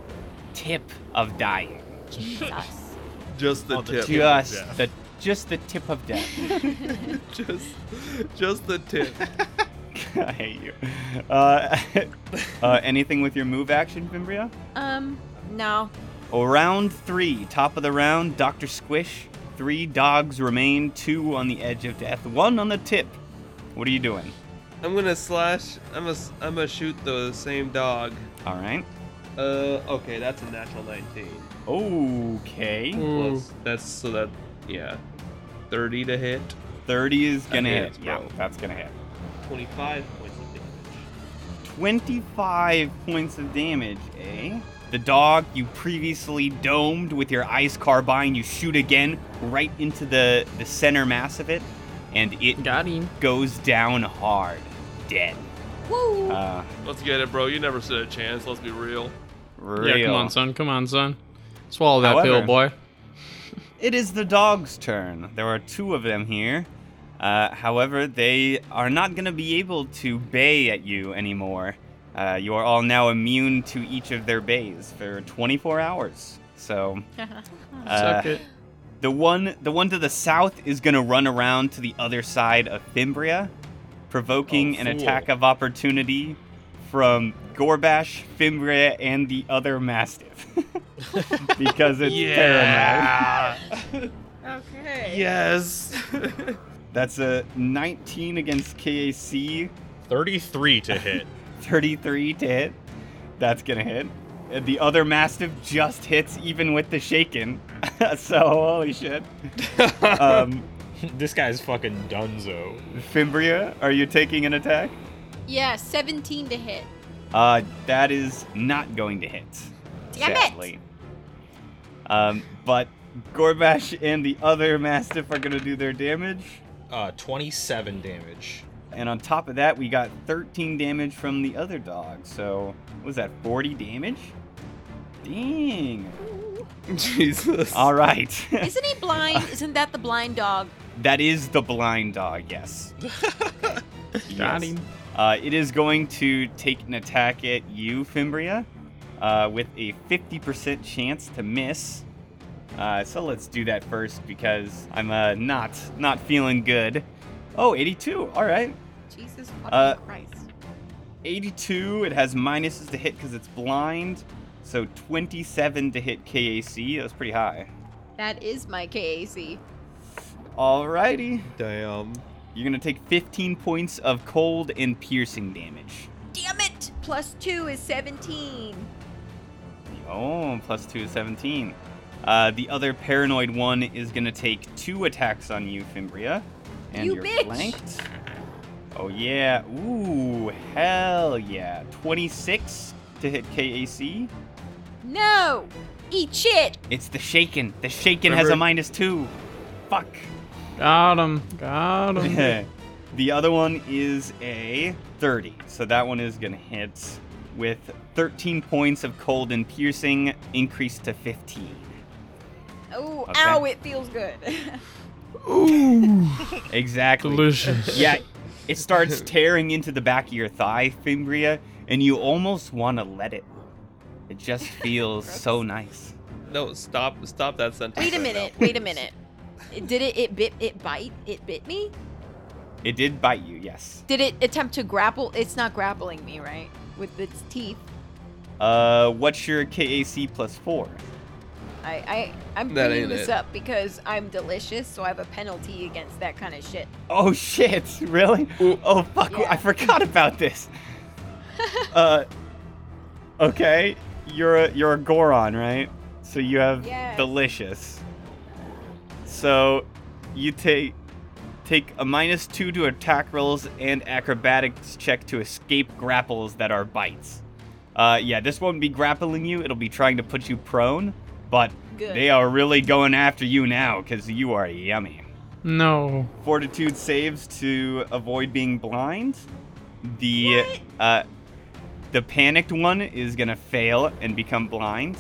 S6: tip of dying. *laughs*
S2: Jesus.
S3: *laughs* Just the
S1: Oh, the
S3: tip.
S1: tip.
S6: Just
S1: death.
S6: the just the tip of death.
S3: *laughs*
S6: *laughs*
S3: just, just the tip.
S6: I hate you. Uh, *laughs* uh, anything with your move action, Fimbria?
S2: um, no.
S6: Oh, round three, top of the round, Dr. Squish. Three dogs remain, two on the edge of death, one on the tip. What are you doing?
S3: *laughs* I'm gonna slash. I'm gonna. s- I'm gonna shoot the same dog.
S6: All right.
S3: Uh, okay, that's a natural 19.
S6: Okay.
S3: Plus, that's so that, yeah, 30 to hit.
S6: 30 is going to hit.
S3: hits,
S6: Yeah,
S3: bro.
S6: that's going to hit.
S3: 25 points of damage.
S6: 25 points of damage, eh? The dog you previously domed with your ice carbine, you shoot again right into the, the center mass of it, and it
S4: Got him.
S6: goes down hard, dead.
S2: Woo! *laughs*
S6: Uh,
S3: Let's get it, bro. You never stood a chance. Let's be real.
S6: real.
S4: Yeah, come on, son. Come on, son. Swallow that
S6: However-
S4: pill, boy.
S6: It is the dog's turn. There are two of them here. Uh, however, they are not going to be able to bay at you anymore. Uh, you are all now immune to each of their bays for 24 hours. So, uh,
S4: Suck it.
S6: the one the one to the south is going to run around to the other side of Fimbria, provoking
S8: Oh,
S6: an
S8: fool.
S6: attack of opportunity from Gorbash, Fimbria, and the other mastiff. *laughs* because
S8: *laughs*
S6: it's paranoid.
S7: *laughs*
S2: okay.
S3: *laughs* Yes.
S6: That's a 19 against KAC,
S7: 33 to *laughs* hit.
S6: 33 to hit. That's gonna hit. And the other Mastiff just hits even with the shaken. *laughs* so, holy shit. um,
S7: this guy's fucking dunzo.
S6: Fimbria, are you taking an attack?
S2: Yeah, 17 to
S6: *laughs*
S2: hit.
S6: Uh, that is not going to hit.
S2: Damn it.
S6: sadly. Um, but Gorbash and the other Mastiff are gonna do their damage.
S7: Uh, 27 damage.
S6: And on top of that, we got 13 damage from the other dog. So, what was that 40 damage?
S4: *laughs*
S6: Dang.
S3: Jesus.
S6: All right. *laughs*
S2: Isn't he blind? Isn't that the blind dog?
S6: that is the blind dog, yes.
S4: *laughs* Got
S6: Yes.
S4: him.
S6: Uh, it is going to take an attack at you, Fimbria, uh, with a 50% chance to miss. Uh, so let's do that first because I'm uh, not not feeling good. Oh, 82. All right.
S2: Jesus fucking
S6: Uh,
S2: Christ.
S6: 82. It has minuses to hit because it's blind. So 27 to hit KAC. That was pretty high.
S2: That is my KAC.
S6: Alrighty.
S3: Damn.
S6: You're going to take 15 points of cold and piercing damage.
S2: Damn it! Plus 2 is 17.
S6: Oh, plus 2 is 17. Uh, the other paranoid one is going to take two attacks on you, Fimbria. And
S2: You
S6: are
S2: bitch.
S6: flanked. Oh, yeah. Ooh, hell yeah. 26 to hit KAC.
S2: No! Eat shit!
S6: It's the Shaken. The Shaken has
S3: Remember-
S6: a minus two. Fuck.
S4: Got him. Got
S6: *laughs*
S4: him.
S6: the other one is a 30. So that one is going to hit with 13 points of cold and piercing, increased to 15.
S2: Oh,
S6: Okay.
S2: ow, it feels good.
S6: Exactly.
S4: Delicious.
S6: yeah, it starts tearing into the back of your thigh, Fimbria, and you almost want to let it. It just feels so nice.
S3: No, stop. Stop that sentence.
S2: *laughs* wait a
S3: right
S9: *laughs*
S3: now,
S2: minute, wait a
S3: please.
S2: minute. It- Did it it bit it bite? It bit me?
S6: It did bite you, yes.
S2: Did it attempt to grapple? It's not grappling me, right? With its teeth.
S6: Uh, what's your KAC plus four?
S2: I, I I'm
S9: That
S2: bringing
S9: ain't
S2: this
S9: it.
S2: up because I'm delicious, so I have a penalty against that kind of shit.
S6: Oh shit! Really? Oh fuck!
S2: Yeah.
S6: I forgot
S2: *laughs*
S6: about this. uh, okay, you're a you're a Goron, right? So you have
S2: Yes.
S6: delicious. So you take take a minus two to attack rolls and acrobatics check to escape grapples that are bites. Uh, yeah, this won't be grappling you. It'll be trying to put you prone, but
S2: Good.
S6: they are really going after you now because you are yummy
S4: No.
S6: fortitude saves to avoid being blind. The uh, the panicked one is gonna fail and become blind.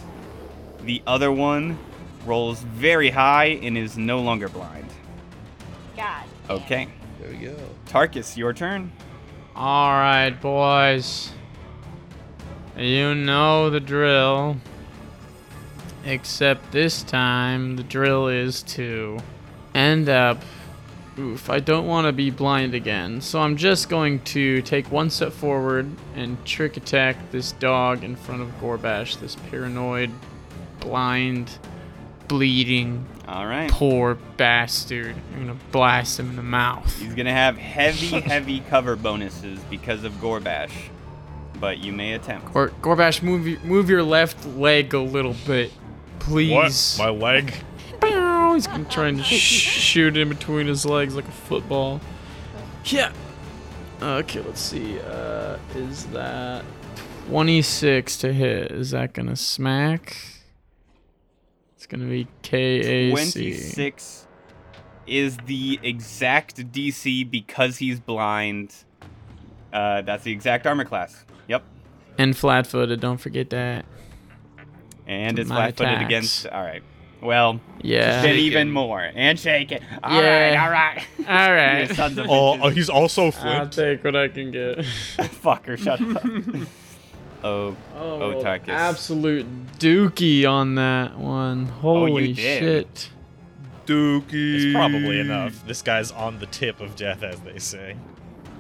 S6: The other one rolls very high and is no longer blind.
S2: God. damn.
S6: Okay,
S9: There we go.
S6: Tarkus, your turn.
S4: All right, boys. You know the drill. Except this time, the drill is to end up. Oof, I don't want to be blind again. So I'm just going to take one step forward and trick attack this dog in front of Gorbash, this paranoid, blind, bleeding,
S6: All right,
S4: poor bastard. I'm going to blast him in the mouth.
S6: he's gonna have heavy, heavy cover bonuses because of Gorbash, but you may attempt.
S4: Or Gorbash, move your, move your left leg a little bit, please.
S7: What? My
S2: *laughs*
S7: leg?
S4: Meow. He's gonna try and sh- shoot in between his legs like a football. Yeah. Okay, let's see. Uh, is that 26 to hit? Is that gonna smack? It's gonna be KAC.
S6: Twenty-six is the exact DC because he's blind. Uh, that's the exact armor class. Yep.
S4: And flat-footed. Don't forget that.
S6: And it's
S4: My
S6: flat footed
S4: attacks.
S6: against. All right. Well,
S4: Yeah.
S6: get even more and shake it. All right,
S4: Yeah. *laughs*
S6: all right.
S4: All
S6: *laughs* You
S4: right.
S6: sons of
S7: Oh,
S6: bitches.
S7: uh, he's
S2: Ah,
S7: also
S4: I'll
S7: flipped.
S4: take what I can get. *laughs*
S6: *laughs* fucker, shut up. oh,
S4: Oh, well,
S6: Otakis.
S4: absolute dookie on that one. Holy
S6: Oh, you did.
S4: shit.
S7: Dookie. It's probably enough. This guy's on the tip of death, as they say.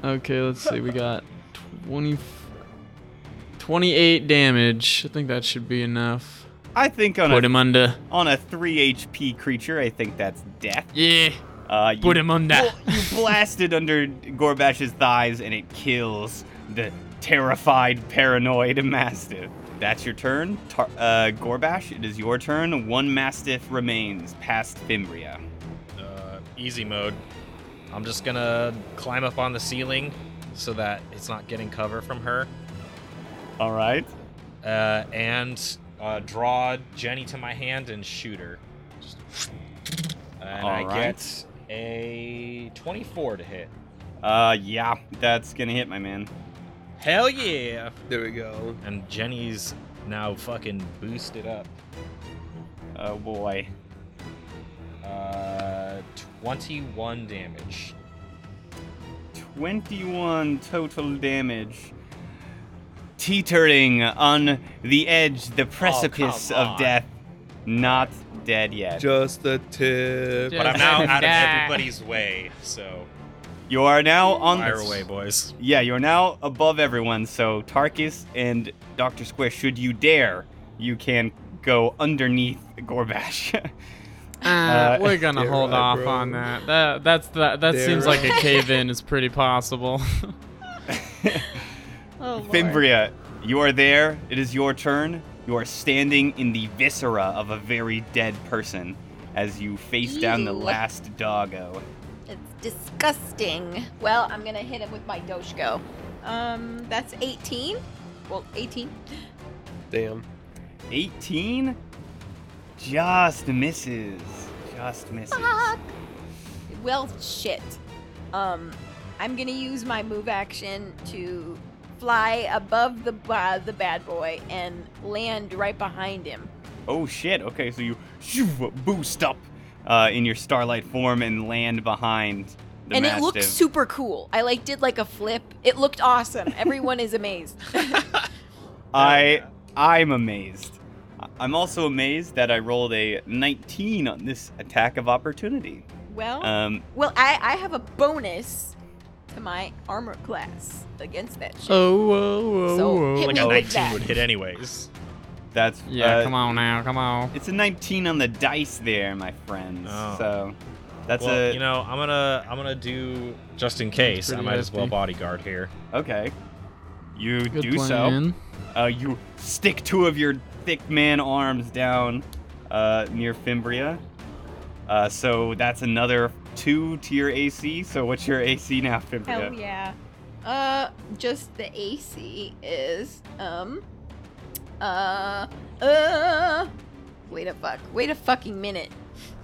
S4: Okay, let's see. We got 20, 28 damage. I think that should be enough.
S6: I think on
S4: Put
S6: a,
S4: him under.
S6: on a 3 HP creature, I think that's death.
S4: Yeah,
S6: Uh, you,
S4: put him under.
S6: Well, you blasted under Gorbash's thighs and it kills the terrified, paranoid Mastiff. That's your turn. Tar- uh, Gorbash, it is your turn. One Mastiff remains past Fimbria.
S7: uh, easy mode. I'm just gonna climb up on the ceiling so that it's not getting cover from her,
S6: All right.
S7: uh, and uh, draw Jenny to my hand and shoot her. Just- And I
S6: Alright.
S7: get a 24 to hit.
S6: Uh, yeah, that's gonna hit my man.
S7: Hell yeah!
S9: There we go.
S7: And Jenny's now fucking boosted up.
S6: Oh boy.
S7: Uh, 21 damage.
S6: 21 total damage. Teetering on the edge, the precipice
S7: Oh, come
S6: of
S7: on.
S6: death. Not dead yet.
S9: Just the tip.
S7: But I'm now *laughs* out of everybody's way, so
S6: you are now on
S7: fire away, boys.
S6: Yeah, you are now above everyone, so Tarkus and Dr. Square, should you dare, you can go underneath Gorbash. *laughs*
S4: Uh,
S6: Uh,
S4: we're
S6: *laughs*
S4: gonna
S9: Dare
S4: hold
S9: I,
S4: off
S9: bro?
S4: on that. That that's that. That
S9: Dare
S4: seems
S9: I?
S4: like a cave-in is pretty
S6: *laughs*
S4: possible.
S2: Oh, Lord.
S6: Fimbria, you are there. It is your turn. You are standing in the viscera of a very dead person as you face down the
S2: Ew.
S6: last doggo.
S2: It's disgusting. Well, I'm gonna hit him with my Doshko. Um, that's 18. Well, 18.
S9: Damn.
S6: 18? Just misses. Just misses.
S2: *laughs* Fuck. Well, shit. Um, I'm gonna use my move action to fly above the ba- the bad boy and land right behind him.
S6: Oh shit, okay, so you shoo, boost up uh, in your starlight form and land behind the
S2: and it
S6: Mastiff.
S2: looked super cool. I like did like a flip. It looked awesome. Everyone is amazed.
S6: I I'm amazed. I'm also amazed that I rolled a 19 on this attack of opportunity.
S2: well,
S6: Um,
S2: well, I I have a bonus to my armor class against that shit.
S4: oh, whoa, whoa,
S2: So,
S4: whoa.
S2: hit
S7: Like
S2: me
S7: a
S2: with
S7: 19
S2: that.
S7: would hit anyways.
S6: That's
S4: Yeah,
S6: uh,
S4: come on now, come on.
S6: It's a 19 on the dice there, my friends.
S7: Oh.
S6: So that's
S7: well,
S6: a
S7: you know, I'm gonna I'm gonna do just in case. I
S4: pretty
S7: might as well
S4: hefty.
S7: bodyguard here.
S6: okay. You
S9: Good
S6: do so. *laughs*
S9: plan.
S6: Uh, you stick two of your thick man arms down uh, near Fimbria. Uh, so that's another two to your AC. So what's your AC now, Fimbria?
S2: Hell yeah. Uh, just the AC is um, uh, uh. Wait a fuck. Wait a fucking minute.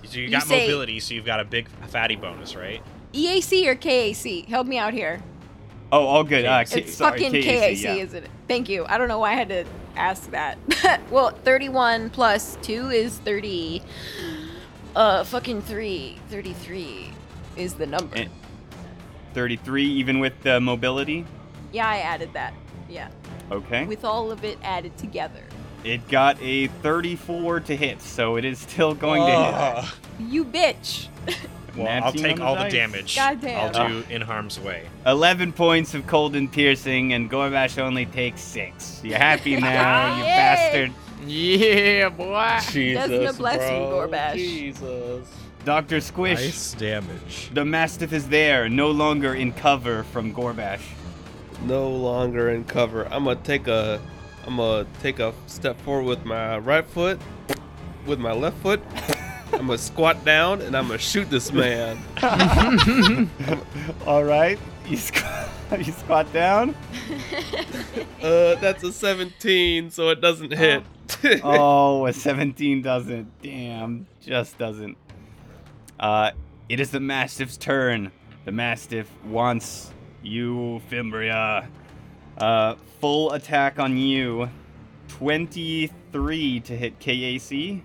S7: So you
S2: You
S7: got
S2: say-
S7: mobility, so you've got a big fatty bonus, *laughs* right?
S2: EAC E or KAC? Help me out here.
S6: Oh, all good. Uh, K-
S2: It's
S6: sorry,
S2: fucking
S6: KAC,
S2: KAC,
S6: yeah.
S2: isn't it? Thank you. I don't know why I had to ask that. *laughs* well, 31 plus 2 is 30. Uh, fucking 3. 33 is the number.
S6: Eh. 33, even with the mobility.
S2: Yeah, I added that. Yeah.
S6: Okay.
S2: With all of it added together.
S6: It got a 34 to hit, so it is still going to hit.
S7: Ugh.
S2: You bitch.
S7: Well, I'll
S6: 19
S7: take
S6: on
S7: all
S6: dice.
S7: the damage.
S2: Goddamn.
S7: I'll do in harm's way.
S6: 11 points of cold and piercing, and Gorbash only takes six. You happy
S7: *laughs*
S6: now, you
S2: Yay!
S6: bastard?
S4: Yeah, boy.
S5: Jesus,
S2: Desna bless you,
S5: bro.
S2: Gorbash.
S5: Jesus.
S6: Dr. Squish,
S7: damage.
S6: the Mastiff is there, no longer in cover from Gorbash.
S5: No longer in cover. I'm gonna take a, I'm gonna take a step forward with my right foot, with my left foot. I'm gonna squat down and I'm gonna shoot this man.
S6: All right, you squat, *laughs* you squat down.
S5: Uh, that's a 17, so it doesn't hit. *laughs*
S6: Oh, a 17 doesn't. Damn, just doesn't. Uh, it is the Mastiff's turn. The Mastiff wants you, Fimbria. Uh, full attack on you. 23 to hit KAC.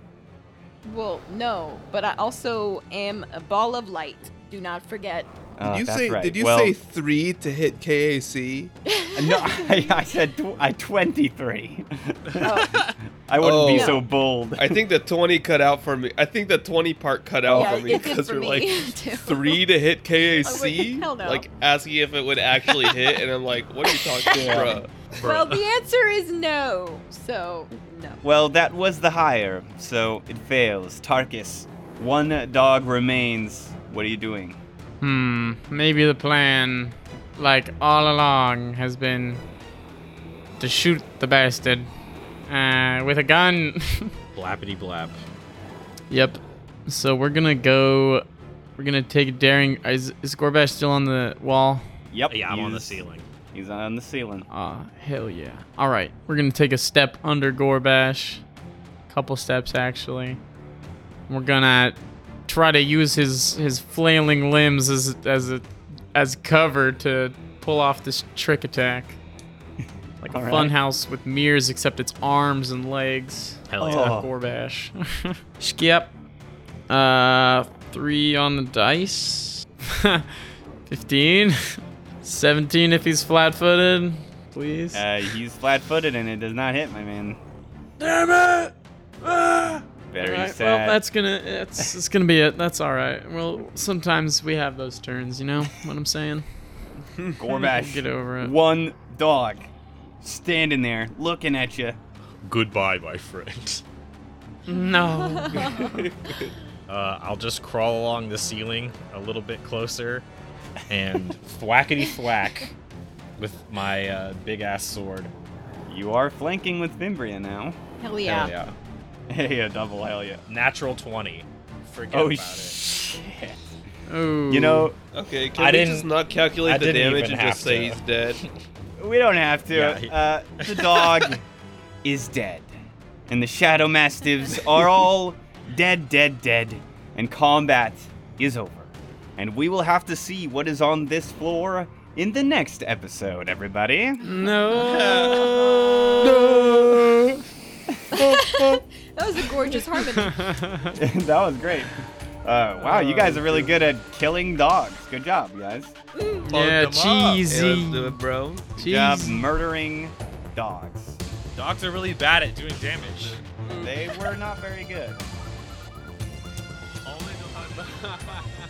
S2: Well, no, but I also am a ball of light. Do not forget.
S6: Uh,
S9: Did you
S6: that's
S9: say?
S6: right.
S9: Did you
S6: Well,
S9: say three to hit KAC?
S6: *laughs* No, I, I said tw- I 23. *laughs* I wouldn't be
S5: Oh.
S6: so bold.
S5: I think the 20 cut out for me. I think the 20 part cut out
S3: Oh,
S2: Yeah,
S5: for me
S2: it did
S5: because
S2: for
S5: we're
S2: me, *laughs*
S5: like
S2: too.
S5: three to
S2: *laughs*
S5: hit KAC.
S2: Oh, wait, hell no.
S5: Like asking if it would actually hit, and I'm like, what are you
S7: *laughs*
S5: talking about?
S2: Well, the answer is no. So, no.
S6: Well, that was the hire, so it fails. Tarkus, one dog remains. What are you doing?
S4: Hmm, maybe the plan, like all along, has been to shoot the bastard uh, with a gun. *laughs*
S7: Blappity blap.
S4: yep. So we're gonna go. We're gonna take a daring. Is, is Gorbash still on the wall?
S6: Yep.
S7: Yeah, I'm on the
S6: he's-
S7: ceiling.
S6: He's on the ceiling.
S4: Ah, hell yeah. All right, we're gonna take a step under Gorbash, couple steps actually. We're gonna try to use his his flailing limbs as as a as cover to pull off this trick
S6: *laughs*
S4: attack, like a
S6: All right.
S4: funhouse with mirrors, except it's arms and legs.
S7: Hell
S6: Oh.
S7: yeah.
S4: Ah, Gorbash. *laughs* Skip. Uh, three on the dice. *laughs* 15. 17 if he's flat footed. Please.
S6: Uh, he's flat-footed and it does not hit, my man.
S9: Damn it! Ah!
S6: Very
S4: Alright, well,
S6: sad.
S4: that's gonna that's it's gonna be it. That's all right. Well, sometimes we have those turns, you know what I'm *laughs* saying?
S6: Gorbash.
S4: Get over it.
S6: One dog standing there looking at you.
S7: Goodbye, my friend. *laughs*
S4: No.
S7: Uh, I'll just crawl along the ceiling a little bit closer, and *laughs* thwackety thwack with my uh, big ass sword.
S6: You are flanking with Fimbria now. *laughs*
S2: Hell yeah.
S7: Hell yeah.
S6: Hey, a double hell yeah.
S7: Natural twenty. Forget
S6: Oh
S7: about it.
S6: shit.
S4: Oh.
S6: You know,
S5: Okay, can
S7: I
S5: we
S7: didn't-
S5: just not
S7: I
S5: calculate the
S7: didn't
S5: damage and
S7: even
S5: just
S7: have
S5: say
S7: to.
S5: he's dead?
S6: we don't have to.
S7: Yeah, he-
S6: Uh, the dog is dead, and the Shadow Mastiffs are all dead, dead, dead, and combat is over. And we will have to see what is on this floor in the next episode, everybody. *laughs*
S4: *laughs* No.
S2: That was a gorgeous harmony.
S6: that was great. Uh, wow, you guys are really good at killing dogs. Good job, guys.
S4: yeah,
S5: Fuck 'em up. Yeah, let's do
S4: cheesy.
S5: it, bro.
S6: Good job
S4: Cheese.
S6: murdering dogs.
S7: Dogs are really bad at doing damage.
S6: They were not very good.
S5: Only the